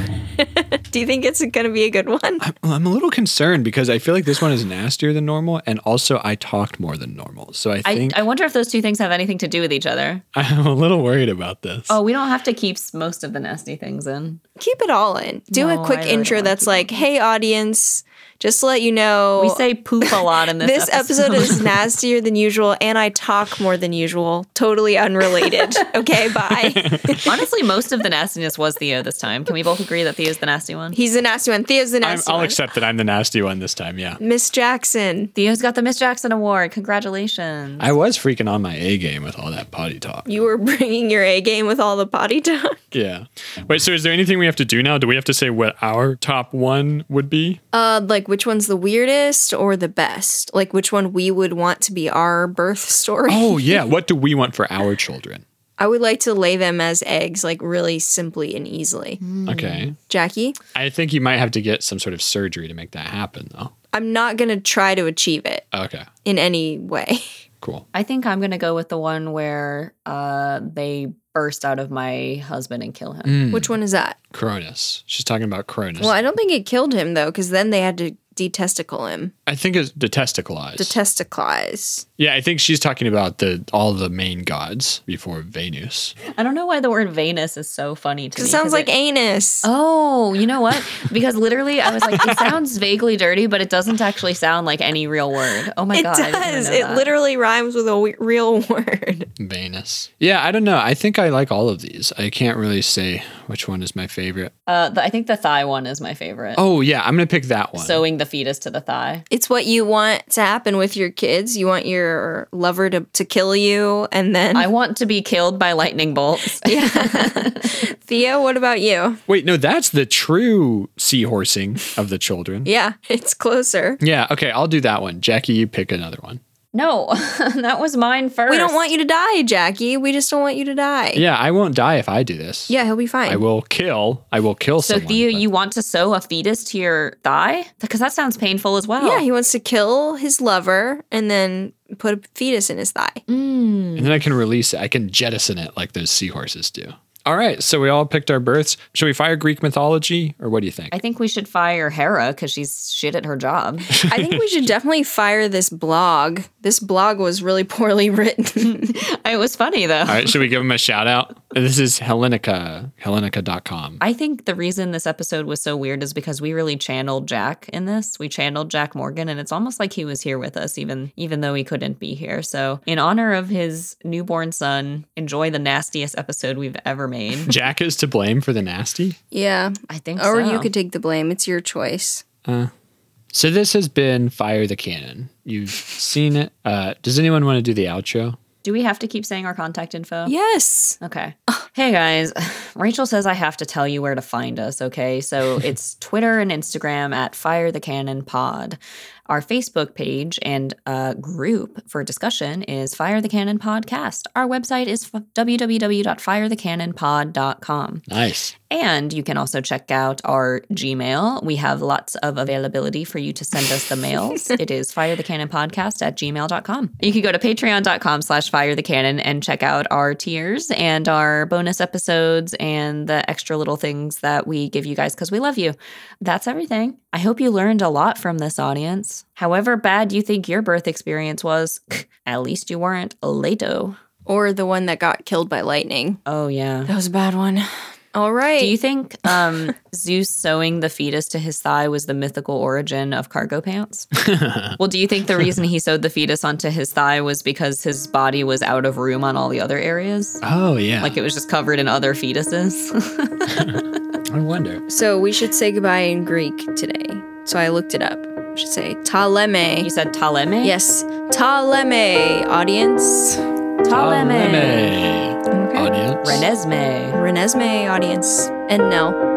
C: Do you think it's going to be a good one?
A: [laughs] Well, I'm a little concerned because I feel like this one is nastier than normal, and also I talked more than normal. So I
B: I,
A: think
B: I wonder if those two things have anything to do with each other.
A: [laughs] I'm a little worried about this.
B: Oh, we don't have to keep s- most of the nasty things in.
C: Keep it all in. Do
B: No,
C: a quick
B: I really
C: intro
B: wanna
C: that's
B: keep
C: like, "Hey, audience, just to let you know,
B: We say poop a
C: [laughs]
B: lot in this,
C: this episode is nastier than usual, and I talk more than usual. Totally unrelated. okay, bye."
B: [laughs] Honestly, most of the nastiness was Theo this time. Can we both agree that Theo's the nasty one?
C: He's the nasty one. Theo's the
A: I'm,
C: nasty
A: I'll
C: one. Mm.
A: accept that I'm the nasty one this time. Yeah.
C: Miss Jackson,
B: Theo's got the Miss Jackson Award. Congratulations.
A: I was freaking on my A game with all that potty talk.
C: you were [laughs] bringing your A game with all the potty talk.
A: Yeah. Wait, so is there anything we have to do now? Do we have to say what our top one would be?
C: Uh, like which one's the weirdest or the best? Like which one we would want to be our birth story?
A: Oh, yeah. What do we want for our children?
C: [laughs] I would like to lay them as eggs, like really simply and easily.
A: Okay.
C: Jackie,
A: I think you might have to get some sort of surgery to make that happen, though.
C: I'm not gonna try to achieve it
A: Okay.
C: in
A: [laughs]
C: any way.
A: Cool.
B: I think I'm going to go with the one where uh, they burst out of my husband and kill him.
A: Hmm.
C: Which one is that?
A: Cronus. She's talking about Cronus.
C: Well, I don't think it killed him though, because then they had to detesticle him.
A: I think it's the testicles.
C: Detesticlize.
A: Yeah, I think she's talking about the all the main gods before Venus.
B: I don't know why the word Venus is so funny to me.
C: It sounds
B: 'cause
C: like
B: it-
C: anus.
B: Oh, you know
C: [laughs]
B: what? Because literally, I was like, it sounds vaguely dirty, but it doesn't actually sound like any real word. Oh my
C: it
B: god! I didn't even
C: does.
B: know
C: It
B: that.
C: literally rhymes with a w- real [laughs] word.
A: Venus. Yeah, I don't know. I think I like all of these. I can't really say which one is my favorite.
B: Uh, the, I think the thigh one is my favorite.
A: Oh yeah, I'm gonna pick that one.
B: Sewing the fetus to the thigh.
C: It's what you want to happen with your kids. You want your lover to, to kill you, and then
B: I want to be killed by lightning bolts.
C: Hmm. [laughs] yeah. [laughs] Theo, what about you?
A: Wait, no, that's the true seahorsing of the children.
C: Yeah, [laughs] it's closer.
A: Yeah, okay, I'll do that one. Jackie, you pick another one.
B: No, [laughs] that was mine first.
C: We don't want you to die, Jackie. We just don't want you to die.
A: Yeah, I won't die if I do this.
C: Yeah, he'll be fine.
A: I will kill. I will kill
B: So
A: someone.
B: Theo,
A: but-
B: you want to sew a fetus to your thigh? Because that sounds painful as well.
C: Yeah, he wants to kill his lover and then put a fetus in his [laughs] thigh.
A: and then I can release it. I can jettison it like those seahorses do. All right, so we all picked our births. Should we fire Greek mythology, or what do you think?
B: I think we should fire Hera because she's shit at her
C: [laughs]
B: job. [laughs]
C: I think we should definitely fire this blog. This blog was really [laughs] poorly [laughs] written.
B: it was funny though.
A: All right, should we give him a shout out? This is Hellenica, hellenica.com.
B: I think the reason this episode was so weird is because we really channeled Jack in this. We channeled Jack Morgan and it's almost like he was here with us even even though he couldn't be here. So, in honor of his newborn son, enjoy the nastiest episode we've ever made.
A: Jack is to blame for the nasty.
C: yeah.
B: [laughs] I think
C: Or
B: so.
C: you could take the blame. It's your choice.
A: So this has been Fire the Cannon. You've seen it. Uh, does anyone want to do the outro?
B: Do we have to keep saying our contact info?
C: Yes.
B: Okay. [sighs] Hey guys, Rachel says I have to tell you where to find us, okay? So it's Twitter and Instagram at Fire the Cannon Pod. Our Facebook page and uh, group for discussion is Fire the Cannon Podcast. Our website is f- www.firethecannonpod.com.
A: Nice.
B: And you can also check out our Gmail. We have lots of availability for you to send us the [laughs] mails. it is firethecannonpodcast at gmail.com. You can go to patreon.com slash firethecannon and check out our tiers and our bonus episodes and the extra little things that we give you guys because we love you. That's everything. I hope you learned a lot from this audience. However bad you think your birth experience was, [laughs] at least you weren't lato.
C: Or the one that got killed by lightning.
B: Oh, yeah.
C: That was a bad one. All right.
B: Do you think um, Zeus sewing the fetus to his thigh was the mythical origin of cargo pants? well, do you think the reason he sewed the fetus onto his thigh was because his body was out of room on all the other areas?
A: Oh yeah.
B: Like it was just covered in other fetuses? [laughs]
A: I wonder.
C: so we should say goodbye in Greek today. So I looked it up. We should say
B: you
C: Ptolemy.
B: said Ptolemy?
C: Yes. Ptolemy. Audience.
B: Ptolemy.
A: Audience.
B: Renesmee.
C: Renesmee audience. And no.